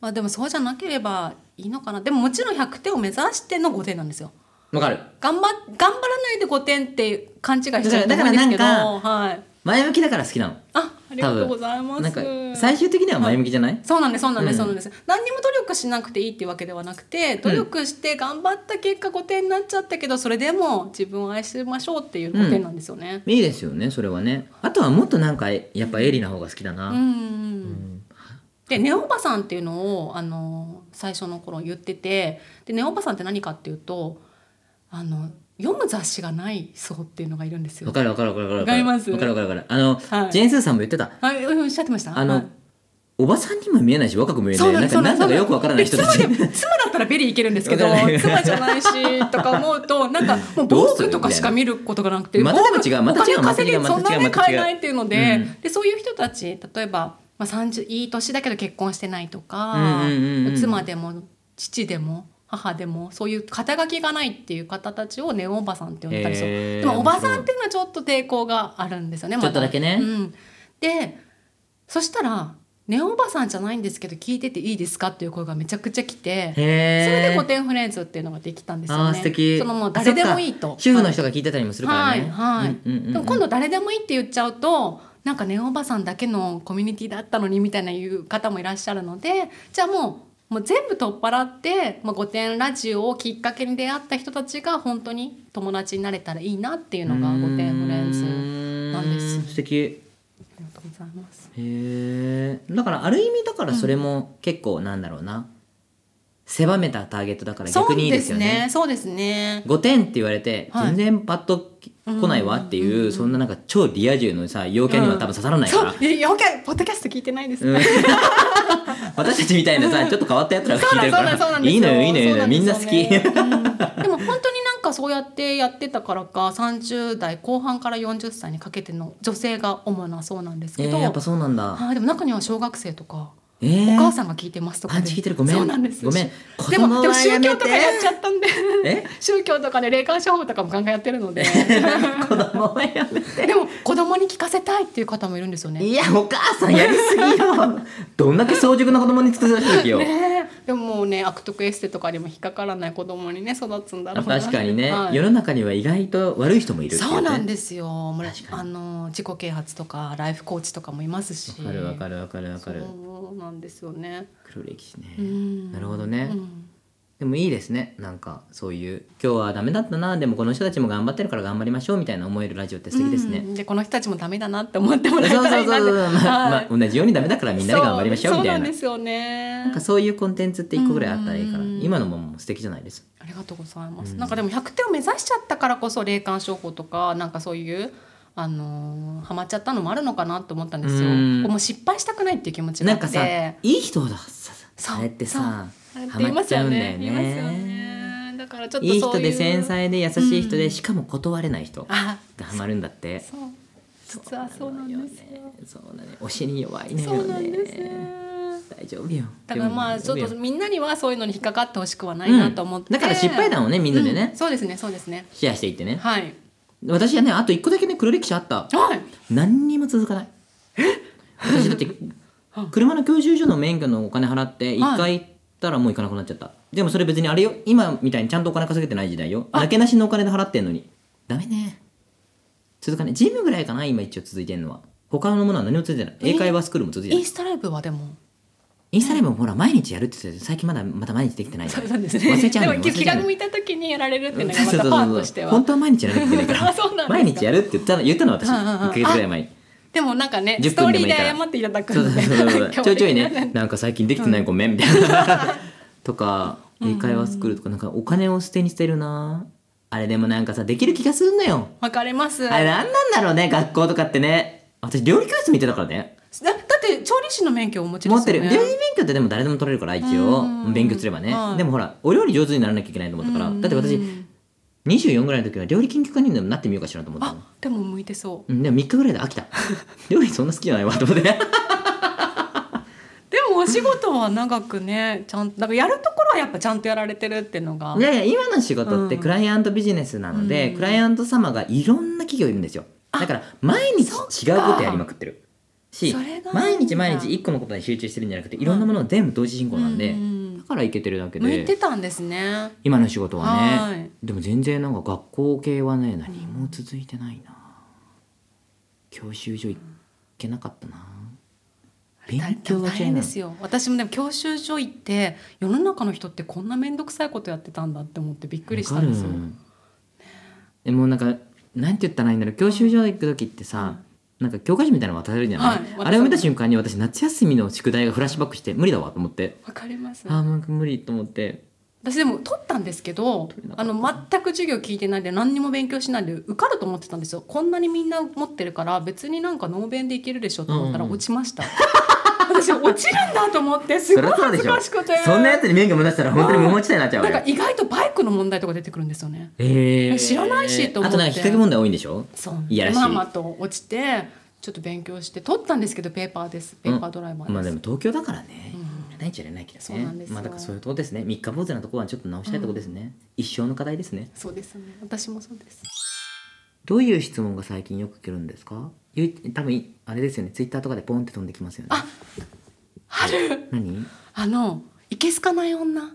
S1: まあでもそうじゃなければいいのかなでももちろん100点を目指しての5点なんですよ
S2: わかる
S1: 頑張頑張らないで5点って勘違いしてると
S2: だ
S1: 思
S2: か
S1: う
S2: ら
S1: んですけ
S2: だ
S1: ど
S2: からなん
S1: はい
S2: 前向きだから好きなの
S1: あありがとうございます
S2: なんか最終的には前向きじゃない、
S1: そうなんですそうなんで
S2: う
S1: す、
S2: ん
S1: そうなんです何にも努力しなくていいっていうわけではなくて努力して頑張った結果5点になっちゃったけどそれでも自分を愛しましょうっていう5点なんですよね。
S2: いいですよねそれはねあとはもっとなんかやっぱエリな方が好きだな、
S1: うん
S2: うん
S1: でネオおばさんっていうのをあの最初の頃言っててでネオおばさんって何かっていうとあの読む雑誌がない層っていうのがいるんです
S2: わ
S1: よ。
S2: かるわかるわかるわかる
S1: わかります
S2: わかるわかるわかるあの、
S1: はい
S2: ジェーンスーさんも言ってた
S1: はい、おっしゃってました
S2: あの、
S1: はい
S2: おばさんにも見えないし若くも見えな
S1: そ
S2: いう
S1: な
S2: なんん
S1: です
S2: かなんだかよくわからない人たち
S1: 妻で妻だったらベリーいけるんですけど
S2: わからない
S1: 妻じゃないしとか思うとな んかもう
S2: どう
S1: ボ
S2: す
S1: ー
S2: る
S1: グとかしか見ることがなくて
S2: またでも違う
S1: ボーグ
S2: また違う
S1: お金稼げ
S2: また違う
S1: そんな
S2: また違
S1: ね
S2: う
S1: 買えないっていうので,、
S2: うん
S1: でそういう人たち例えば、まあ、30いい年だけど結婚してないとか、
S2: うんうんうんうん
S1: 妻でも父でも母でもそういう肩書きがないっていう方たちをネオおばさんって呼んでたりする、
S2: へー
S1: でもおばさんっていうのはちょっと抵抗があるんですよねま
S2: ちょっとだけね
S1: うん、でそしたらネオおばさんじゃないんですけど聞いてていいですかっていう声がめちゃくちゃ来て
S2: へえ
S1: それで古典フレンズっていうのができたんですよね。
S2: あー素敵
S1: そのもう誰でもいいと。
S2: 主婦の人が聞いてたりもするからね
S1: はいはい
S2: うんうんうん
S1: でも今度誰でもいいって言っちゃうとなんかねおばさんだけのコミュニティだったのにみたいな言う方もいらっしゃるのでじゃあもうもう全部取っ払って「まあ、御殿ラジオ」をきっかけに出会った人たちが本当に友達になれたらいいなっていうのが御殿フレンズ。なんです
S2: うーん素敵
S1: ありがとうございます。
S2: へえだからある意味だからそれも結構なんだろうな、狭めたターゲットだから逆にいいですよね
S1: そうですね。
S2: 5点って言われて
S1: は
S2: 全
S1: い
S2: 然パッと来ないわっていう、
S1: うんうんうん
S2: そんななんか超リア充のさ陽キャには多分刺さらないか
S1: そ
S2: ら
S1: う、、いや、ほけ、ポッドキャスト聞いてないです。
S2: うん 私たちみたいなさちょっと変わったやつらが
S1: そう
S2: 聞いて
S1: なん
S2: る
S1: そ
S2: か
S1: うなん
S2: ら
S1: そうなんですよ
S2: いいのよいいのよいいのよみんな好き、
S1: そうなんですよねうんでも本当になんかそうやってやってたからか30代後半から40歳にかけての女性が主なそうなんです
S2: え
S1: けど、
S2: ーやっぱそうなんだ、
S1: はいでも中には小学生とか、
S2: えー、
S1: お母さんが聞いてますとかで
S2: パンチ聞いてるごめん
S1: そうなんです
S2: ごめん
S1: で
S2: 子供
S1: も
S2: は
S1: でも宗
S2: やめ
S1: 教
S2: て
S1: とかやっちゃったんで
S2: え
S1: 宗教とかで霊感商法とかも考えやってるので
S2: 子供はやめて
S1: でも子供に聞かせたいっていう方もいるんですよね
S2: いやお母さんやりすぎよ どんだけ早熟な子供に尽くせる時よ、
S1: ねえでももうね悪徳エステとかにも引っかからない子供にね育つんだろうな
S2: 確かにね、
S1: はい
S2: 世の中には意外と悪い人もいるってい
S1: そうなん
S2: ね
S1: ですよ。もう
S2: 確かに
S1: あの自己啓発とかライフコーチとかもいますし。
S2: わかるわかるわかるわかる
S1: そうなんですよね。
S2: 黒歴史ね、
S1: うん
S2: なるほどね
S1: うん
S2: でもいいですねなんかそういう今日はダメだったなでもこの人たちも頑張ってるから頑張りましょうみたいな思えるラジオって素敵ですね、
S1: うんでこの人たちもダメだなって思っても
S2: そ
S1: ら
S2: う
S1: えた
S2: そう
S1: ら
S2: そ
S1: いうい
S2: そ
S1: な
S2: う、まあ
S1: はい
S2: まあ同じようにダメだからみんなで頑張りましょうみたい
S1: そうそうなん
S2: な
S1: ですよね。
S2: なんかそういうコンテンツって一個ぐらいあったらいいから、
S1: うん
S2: 今のももう素敵じゃないです
S1: ありがとうございます。
S2: うん
S1: なんかでも100点を目指しちゃったからこそ霊感商法とかなんかそういう。あのーハマっちゃったのもあるのかなと思ったんですよ。
S2: うん
S1: もう失敗したくないっていう気持ちが
S2: な
S1: あ
S2: ん
S1: って。
S2: かさいい人ださ
S1: そう
S2: あれってさハ
S1: 言い
S2: マ
S1: ま
S2: っ
S1: す
S2: ちゃ
S1: よ
S2: うんだ
S1: ね
S2: よ。
S1: 言いますよ
S2: ね
S1: ね。だからちょっとそういう
S2: いい人で繊 細で優しい人で、
S1: うん
S2: しかも断れない人が
S1: あ、
S2: ハマるんだって
S1: そう。実はそうなんですよ。
S2: そうなのよねお尻弱いの
S1: そ
S2: よ
S1: うなんですよ。
S2: ね大丈夫よ
S1: だからまあち
S2: で
S1: ょ
S2: も
S1: っ
S2: 大丈
S1: と
S2: 夫よ
S1: みんなにはそういうのに引っかかってほしくはないなと思って。
S2: うんだから失敗談をねみんなでね
S1: うそうですね、そうですね。
S2: シェアしていってね
S1: はい。
S2: 私はねあと一個だけね黒歴史あった
S1: はい。
S2: 何にも続かない私だ って車の教習所の免許のお金払って一
S1: は
S2: 回行ったらもう行かなくなっちゃったでもそれ別にあれよ今みたいにちゃんとお金稼げてない時代よ
S1: あ
S2: なけなしのお金で払ってんのにダメね続かないジムぐらいかな今一応続いてんのは他のものは何も続いてない
S1: え
S2: 英会話スクールも続いて
S1: イ
S2: な
S1: ン
S2: い
S1: スタライブはでも。
S2: インスタライブもほら毎日やるって言ってたけど最近まだまだ毎日できてないか
S1: そ
S2: ら
S1: うなんですね。
S2: 忘れちゃうの
S1: で
S2: よ
S1: も
S2: 忘れ
S1: 気
S2: ちゃ
S1: が
S2: うの
S1: 向
S2: よ
S1: いた時にやられるっていうのが
S2: そう
S1: ま
S2: そう
S1: た
S2: そ
S1: パ
S2: う
S1: ー
S2: そ
S1: と
S2: う
S1: しては。
S2: 本当は毎日やらなきゃいけないか
S1: あそうなんで
S2: ら
S1: すか
S2: 毎日やるって言ったの言ったの私
S1: う
S2: 1
S1: んうんうん
S2: ヶ月ぐらい前に
S1: でもなんかね、
S2: 10
S1: ストー
S2: 分で
S1: リ
S2: もいい
S1: ーで
S2: から
S1: 謝っていただく
S2: そ
S1: の
S2: う
S1: で
S2: そうそう そう
S1: 今日は
S2: ちょいちょい
S1: できなか
S2: ね
S1: っ
S2: なんか最近できてない、ごめん みたいなとか英会話スクールとかなんかお金を捨てにしてるなあれでもなんかさできる気がするんだよ
S1: た。わかります。
S2: あれなんなんだろうね学校とかってね私料理教室見てたからね
S1: だだって調理師の免許をお持ちですよ
S2: 持っ
S1: ね。
S2: てる料理免許ってでも誰でも取れるから一応
S1: うん
S2: 勉強すればね、
S1: はい
S2: でもほらお料理上手にならなきゃいけないと思ったから、
S1: うん
S2: だって私24ぐらいの時は料理研究家にでもなってみようかしらと思ったの
S1: あでも向いてそう
S2: うんでも3日ぐらいで飽き た料理そんな好きじゃないわと思って
S1: でもお仕事は長くねちゃんとだからやるところはやっぱちゃんとやられてるっていうのが
S2: いやいや今の仕事って
S1: うん
S2: クライアントビジネスなので、
S1: うん
S2: クライアント様がいろんな企業いるんですよだから毎日違うことやりまくってるし
S1: それがいいんだ
S2: 毎日毎日1個のことに集中してるんじゃなくていろんなものを全部同時進行なんで、
S1: うん
S2: だからいけてるだけ
S1: 向いて
S2: で
S1: たんですね
S2: 今の仕事はね
S1: はい
S2: でも全然なんか学校系はね何も続いてないな教習所行けなかったな勉強が嫌い
S1: 大変
S2: な
S1: で
S2: の
S1: すよ私もでも教習所行って世の中の人ってこんな面倒くさいことやってたんだって思ってびっくりしたんですよ
S2: わかるでもなんかなんて言ったらいいんだろう教習所行く時ってさ、なんか教科書みたいなの渡されるじゃない、
S1: はい
S2: あれを見た瞬間に私夏休みの宿題がフラッシュバックして無理だわと思って、
S1: わかります
S2: ああなんか無理と思って
S1: 私でも取ったんですけど
S2: 取れなか
S1: あ
S2: った
S1: の全く授業聞いてないで何にも勉強しないで受かると思ってたんですよこんなにみんな持ってるから別になんか能弁でいけるでしょと思ったら
S2: うんうん
S1: 落ちました、私落ちるんだと思ってすごい
S2: そりゃそう
S1: 恥
S2: で
S1: ず
S2: しょ
S1: かしくて
S2: そんなやつに免許も出したら本当に無法地帯になっちゃうわ
S1: なんか
S2: よ。
S1: 意外とバイクの問題とか出てくるんですよね
S2: えー
S1: 知らないしと思って
S2: あとなんか引っ掛け問題多いんでしょ
S1: そう
S2: いやらしい
S1: まあまあと落ちてちょっと勉強して取ったんですけどペーパーですペーパードライバーです、
S2: まあでも東京だからね
S1: うん。
S2: ないっちゃいないけどね。
S1: そうなんですよ
S2: まあだからそういうとこですね。三日坊主なところはちょっと直したいとこですね。一生の課題ですね。
S1: そうですね私もそうです
S2: どういう質問が最近よく来るんですかゆい多分、あれですよね。ツイッターとかでポンって飛んできますよね。
S1: あある
S2: 何
S1: あのいけすかない女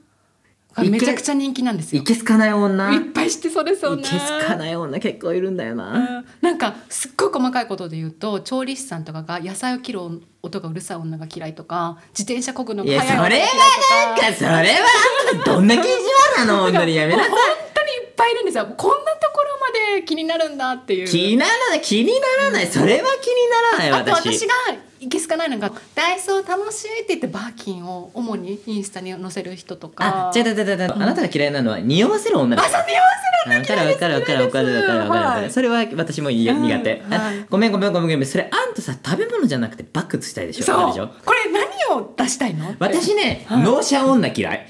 S2: いけ
S1: めちゃくちゃ人気なんですよ
S2: い
S1: い
S2: けすかない女。
S1: っぱい知ってそうですよ
S2: い
S1: ね
S2: けすかない女結構いるんだよな。
S1: うんなんかすっごい細かいことで言うと調理師さんとかが野菜を切る音がうるさい女が嫌いとか自転車こぐの
S2: い
S1: が
S2: や、
S1: 早
S2: そ
S1: い女が
S2: れ
S1: 嫌いと
S2: はなん
S1: か
S2: か、それはあんたどんな気じわなの本当にや めなさい
S1: 本。当にいっぱいいるんですよこんなところまで気になるんだっていう
S2: 気にならない、気にならない。それは気にならない、
S1: あと
S2: 私。
S1: 私がいけすかないのが「ダイソー楽しい」って言ってバーキンを主にインスタに載せる人と
S2: あ、
S1: か
S2: 違う違う違う違う。あなたが嫌いなのは、匂わせる女だ
S1: あ
S2: か
S1: そ
S2: ら
S1: う匂わせ
S2: わかるわかるわかるわかるわかるわかるわか
S1: は
S2: る。
S1: い
S2: それは私もいいよ
S1: うん
S2: 苦手。あ
S1: はい
S2: ごめんごめんごめんごめん。それあんたさ、食べ物じゃなくてバッグしたいでしょ。あれでし
S1: そ
S2: ょ
S1: うこれ何を出したいの
S2: 私ね、
S1: はい
S2: 納車女嫌い。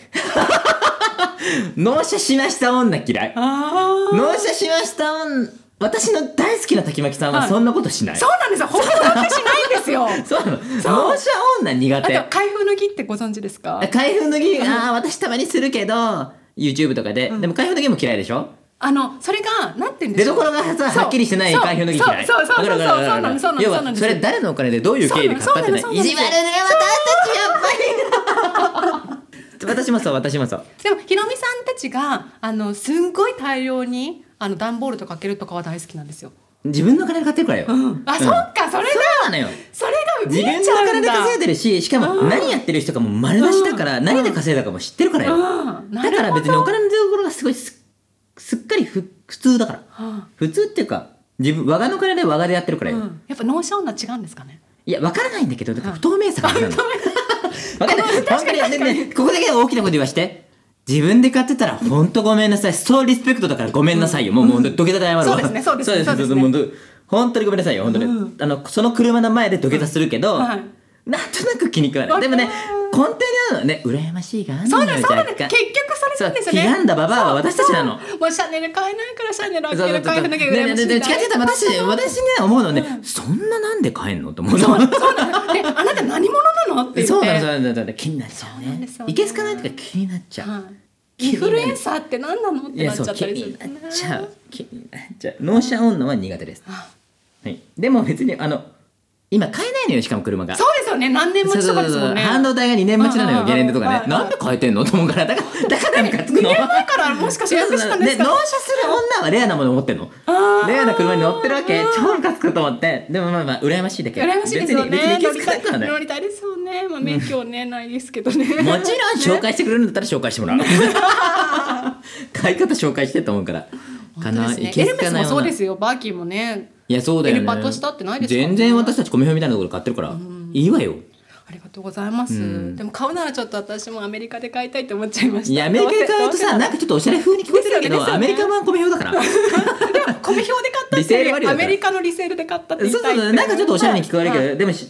S2: 納車しました女嫌い。
S1: ああ
S2: 納車しました女、私の大好きな滝巻さんは
S1: はい
S2: そんなことしない。
S1: そうなんですよ本当はしないんです よ
S2: そうなの。納車女苦
S1: あ
S2: 手。
S1: と開封の儀ってご存知ですか
S2: 開封の儀、ああ、私たまにするけど、YouTube とかで。でも開封の儀も嫌いでしょ
S1: あのそれがなんて言うん
S2: 出
S1: でしょう
S2: 所がさはっきりしてない
S1: そう
S2: 開票の議題
S1: そうそうそうそうそうそうそうなんですそうなんです
S2: 要
S1: そうなん
S2: は
S1: です
S2: それ誰のお金でどういう経緯で買ったってね
S1: そう
S2: 意
S1: なんで
S2: 地
S1: す
S2: 悪ね私たちやっぱり私もそう私もそう
S1: でもひろみさんたちがあのすんごい大量にあの段ボールとか開けるとかは大好きなんですよ、
S2: 自分のお金で買ってるからよ
S1: あ、そっかそれ
S2: そ
S1: が
S2: うなのよ
S1: それが見
S2: 自
S1: え
S2: 分
S1: ち
S2: のお
S1: ゃう
S2: 金
S1: ん
S2: で
S1: だ
S2: 稼いでるししかも何やってる人かも丸出しだから
S1: うん
S2: 何で稼いだかも知ってるからよ
S1: うんな
S2: だか
S1: るほ
S2: ら
S1: ど
S2: 別にお金の出所がすごいすすっかりふ普通だから
S1: は
S2: 普通っていうか自分我がのお金で我がでやってるか
S1: あ
S2: ら
S1: う
S2: よ
S1: んやっぱ納車女違うんですかね
S2: いや、わからないんだけど、だから不透明さがあるの。 わかんない。
S1: 確かに
S2: 本当ねここだけ大きなこと言わして。自分で買ってたら、ほんとごめんなさい。そうリスペクトだからごめんなさいよ。もう、もう、どけたで謝ろう。
S1: そうですねそうですね
S2: そう
S1: そう
S2: で
S1: です
S2: ね。
S1: すね
S2: もうど本当にごめんなさいよ。本当に。
S1: うん
S2: あの、その車の前で土下座するけど、
S1: はい
S2: なんとなく気に食わない。
S1: わか
S2: で
S1: る
S2: もね、根底にあるのね、羨ましいがあるの
S1: そう
S2: よ、
S1: なんですそうなんです
S2: 若干
S1: 結局それなんですよね
S2: そう悲願だババアは私たちなの
S1: そうもうシャネル買えないからシャネル開
S2: そう
S1: け
S2: そう
S1: る
S2: そう
S1: 開
S2: ね
S1: 封の儀が
S2: ね
S1: 羨まし
S2: ねね
S1: い
S2: 違う
S1: な
S2: 違う私私ね思うのはね、そんななんで買えんのと思うの
S1: そうなのであなた何者なのって言って
S2: そうなのそうなのそうなの気になっちゃう
S1: そうなん
S2: ね
S1: ですよね
S2: いけすかないっていうか気になっちゃう、
S1: はい、インフルエンサーって何なのっ
S2: い
S1: て
S2: や
S1: なっち
S2: そ
S1: ゃ
S2: う
S1: っ
S2: 気
S1: たりする
S2: に
S1: んで
S2: なっ
S1: す
S2: ち
S1: ね
S2: ゃう気になっちゃう納車女は苦手です、
S1: あ
S2: はい、でも別にあの今買えないのよしかも車が
S1: そうですよね何年
S2: そ
S1: 待
S2: う
S1: ち
S2: そ
S1: と
S2: う
S1: か
S2: そう
S1: です
S2: そ
S1: も
S2: うん
S1: ね
S2: 半導体が2年待ちなの
S1: う
S2: よ
S1: ん
S2: ゲレンデとか
S1: はい
S2: ね
S1: はい
S2: なんで変えてんのと思うからだからだからムカつくの
S1: 2年前からもしかして予約したんですか
S2: 納車する女はレアなものを持ってんの
S1: あー
S2: レアな車に乗ってるわけ
S1: うん
S2: 超ムカつくと思ってでもまあまあ羨ましいだけど
S1: 羨ましいですよ
S2: 別に
S1: ね
S2: 別
S1: 乗
S2: にいけ
S1: り
S2: すか
S1: た
S2: ないから
S1: い
S2: ね
S1: 乗りたいですよねまあ免許ねないですけど ね
S2: もちろん紹
S1: ね
S2: 介してくれるんだったら紹介して もらう。買い方紹介してと思うから。かな、
S1: 本当ですね
S2: いけ
S1: エ
S2: す
S1: ルメ
S2: か
S1: ス
S2: ない
S1: も
S2: よ
S1: そう
S2: な
S1: で。すよバーキンもね
S2: いや、そうだよね。
S1: エルパトしたってないですか
S2: 全然私たち米粉みたいなところで買ってるから。いいわよ。
S1: ありがとうございます、
S2: うん
S1: でも買うならちょっと私もアメリカで買いたいって思っちゃいました
S2: いや、アメリカで買うとさ、なんかちょっとおしゃれ風に聞こえてるけ
S1: ですよねですよ
S2: ど、
S1: ね
S2: アメリカ版米粉だから。
S1: コメ表で買った
S2: リ
S1: っ
S2: セール
S1: て
S2: バリューだ
S1: ア
S2: から
S1: メリカのリセールで買ったって
S2: そうそう
S1: 言いたい
S2: そう、なんかちょっとおしゃれに聞こえるけど、でもし、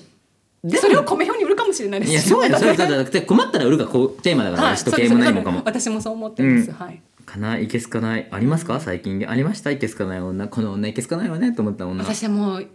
S1: どそれをコメ表に売るかもしれないです
S2: いや、そうや、そうや、そう
S1: は
S2: や。だって困ったら売るがこう、テーマだ
S1: い
S2: から、私と系も何もか
S1: そう
S2: も
S1: です。私もそう思ってます、
S2: うん
S1: はい
S2: かな、いけすかない。ありますか最近。ありましたいけすかない女。この女いけすかないわねと思った女。
S1: 私はもう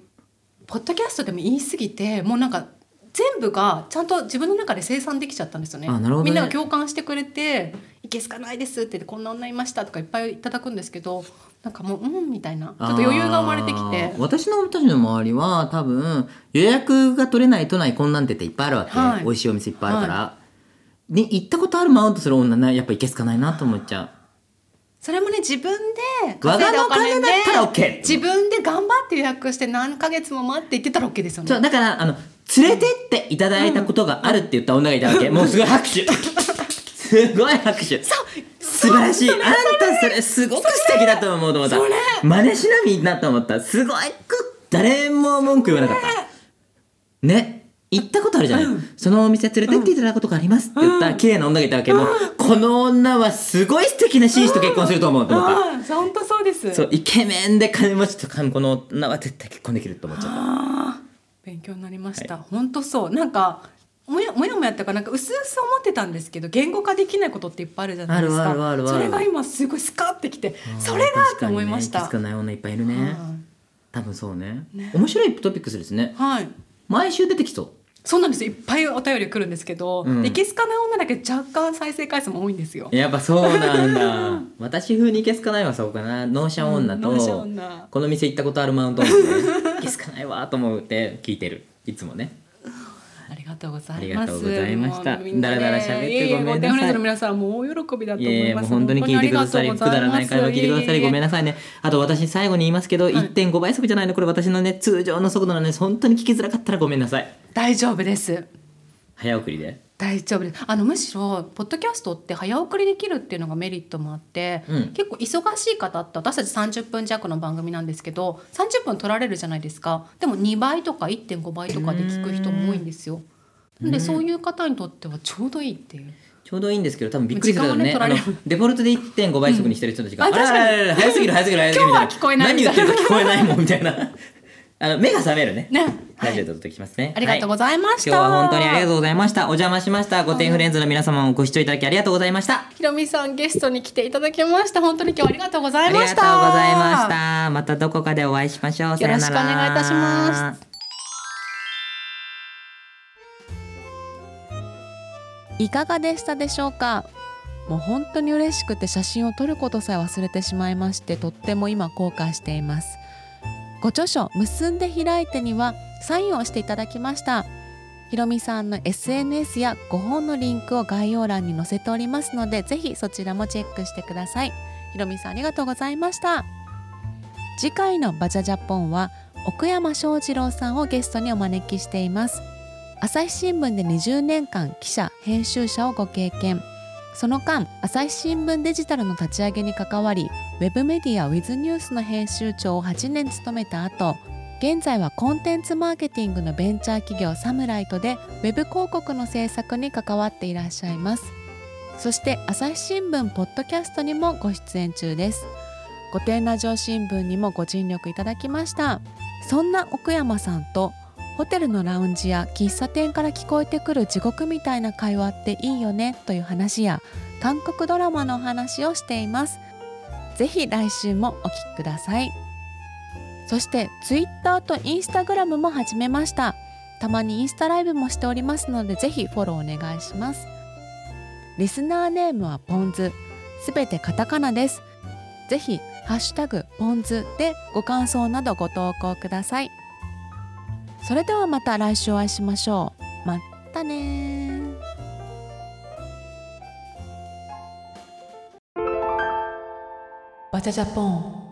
S1: ポッドキャストでも言い過ぎてもうなんか全部がちゃんと自分の中で生産できちゃったんですよね
S2: あなるほどね
S1: みんなが共感してくれて「いけすかないです」って言って「こんな女いました」とかいっぱいいただくんですけどなんかもう「うん」みたいなちょっと余裕が生まれてき
S2: あ
S1: て
S2: ー。私の私の周りは多分予約が取れない都内こんなんてっていっぱいあるわけ、
S1: はい
S2: 美味しいお店いっぱいあるから、に行ったことあるマウントする女ねやっぱいけすかないなと思っちゃ
S1: それもね自分で
S2: うわ
S1: 稼
S2: が
S1: いだ
S2: の
S1: お金
S2: 金
S1: で
S2: だったら OK
S1: 自分で頑張って予約して何ヶ月も待って行ってたら OK ですよ
S2: そう
S1: ね。
S2: だからあの連れてっていただいたことがあるって言った女がいたわけ、もうすごい拍手すごい拍手素晴らしいあんたそれすごく素敵だと思うと思った
S1: それ
S2: 真似しなみになと思ったすごいく誰も文句言わなかったね行ったことあるじゃない、そのお店連れてっていただくことがありますって言った、綺麗な女がいたわけもうこの女はすごい素敵な紳士と結婚すると思うと思った、
S1: ああ本当そうです。
S2: そうイケメンで金持ちとかこの女は絶対結婚できると思っちゃった
S1: 勉強になりました、本当そうなんかもやもやもやっていうかなんか薄々思ってたんですけど言語化できないことっていっぱいあるじゃないですか
S2: あるあるあるある
S1: それが今すごいスカってきてそれ
S2: あー
S1: だ
S2: 確
S1: と
S2: かにね
S1: 思いました
S2: 気づかない女いっぱいいるね
S1: はい
S2: 多分そうね
S1: ね
S2: 面白いトピックスですね
S1: はい
S2: 毎週出てきそう
S1: そうなんですよいっぱいお便り来るんですけど、
S2: うん
S1: でいけすかない女だけ若干再生回数も多いんですよ。
S2: やっぱそうなんだ 私風にいけすかないはそうかな納車女と、
S1: うん同じ女
S2: この店行ったことあるマウント女ね いけすかないわと思って聞いてるいつもね
S1: ありがとうございます。
S2: ありがとうございました
S1: もうみんなね
S2: だらだら喋って
S1: いえいえ
S2: ごめんなさい
S1: ご手振りの皆さんもう大喜びだと
S2: い
S1: 思
S2: やい
S1: い
S2: や
S1: ま
S2: もう
S1: す。
S2: 本当に聞いてください
S1: 本
S2: く
S1: 当にあ
S2: だら
S1: がとうござ
S2: ない会話聞いてくださいごめん
S1: な
S2: なさいねあと私最後に言いますけど、1.5倍速じゃないのこれ私のね通常の速度なので本当に聞きづらかったらごめんなさい
S1: さい。大丈夫です。
S2: 早送りで
S1: 大丈夫ですあのむしろポッドキャストって早送りできるっていうのがメリットもあって、
S2: うん
S1: 結構忙しい方って私たち30分弱の番組なんですけど30分取られるじゃないですかでも2倍とか1.5倍とかで聞く人も多いんですよ。なんでそういう方にとってはちょうどいいっていう。
S2: ちょうどいいんですけど多分びっくりするだろうね
S1: 時間をね取ら
S2: あ
S1: れ
S2: のデフォルトで1.5倍速にしてる人たちが、
S1: うんあ確かに
S2: あらららら早すぎる早すぎる早すぎる
S1: 今日は聞こえない
S2: みたいな何言ってるか聞こえないもんみたい なあの目が覚めるね
S1: ね、は
S2: ラジオ
S1: い
S2: で、お届けしますね、
S1: ありがとうご
S2: ざい
S1: ざいました。
S2: 今日は本当にありがとうございましたお邪魔しました御殿フレンズの皆様もご視聴いただきありがとうございました
S1: ひろみさんゲストに来ていただきました。本当に今日はありがとうござ
S2: あ
S1: い
S2: りがと
S1: ま
S2: う
S1: し
S2: ご
S1: た。
S2: ざいまし。たまたどこかでお会いしましょうさよなら
S1: よろしくお願いいたします
S3: いかがでしたでしょうかもう本当に嬉しくて写真を撮ることさえ忘れてしまいましてとっても今後悔していますご著書結んで開いてにはサインをしていただきましたひろみさんの SNS や5本のリンクを概要欄に載せておりますのでぜひそちらもチェックしてくださいひろみさんありがとうございました次回のバジャジャポンは奥山翔二郎さんをゲストにお招きしています朝日新聞で20年間記者編集者をご経験その間朝日新聞デジタルの立ち上げに関わりウェブメディア With ニュースの編集長を8年務めた後現在はコンテンツマーケティングのベンチャー企業サムライトでウェブ広告の制作に関わっていらっしゃいますそして朝日新聞ポッドキャストにもご出演中です御殿ラジオ新聞にもご尽力いただきましたそんな奥山さんとホテルのラウンジや喫茶店から聞こえてくる地獄みたいな会話っていいよねという話や韓国ドラマのお話をしていますぜひ来週もお聞きくださいそしてツイッターとインスタグラムも始めましたたまにインスタライブもしておりますのでぜひフォローお願いしますリスナーネームはポンズすべてカタカナですぜひハッシュタグポンズでご感想などご投稿くださいそれではまた来週お会いしましょうまたねーバチャジャポン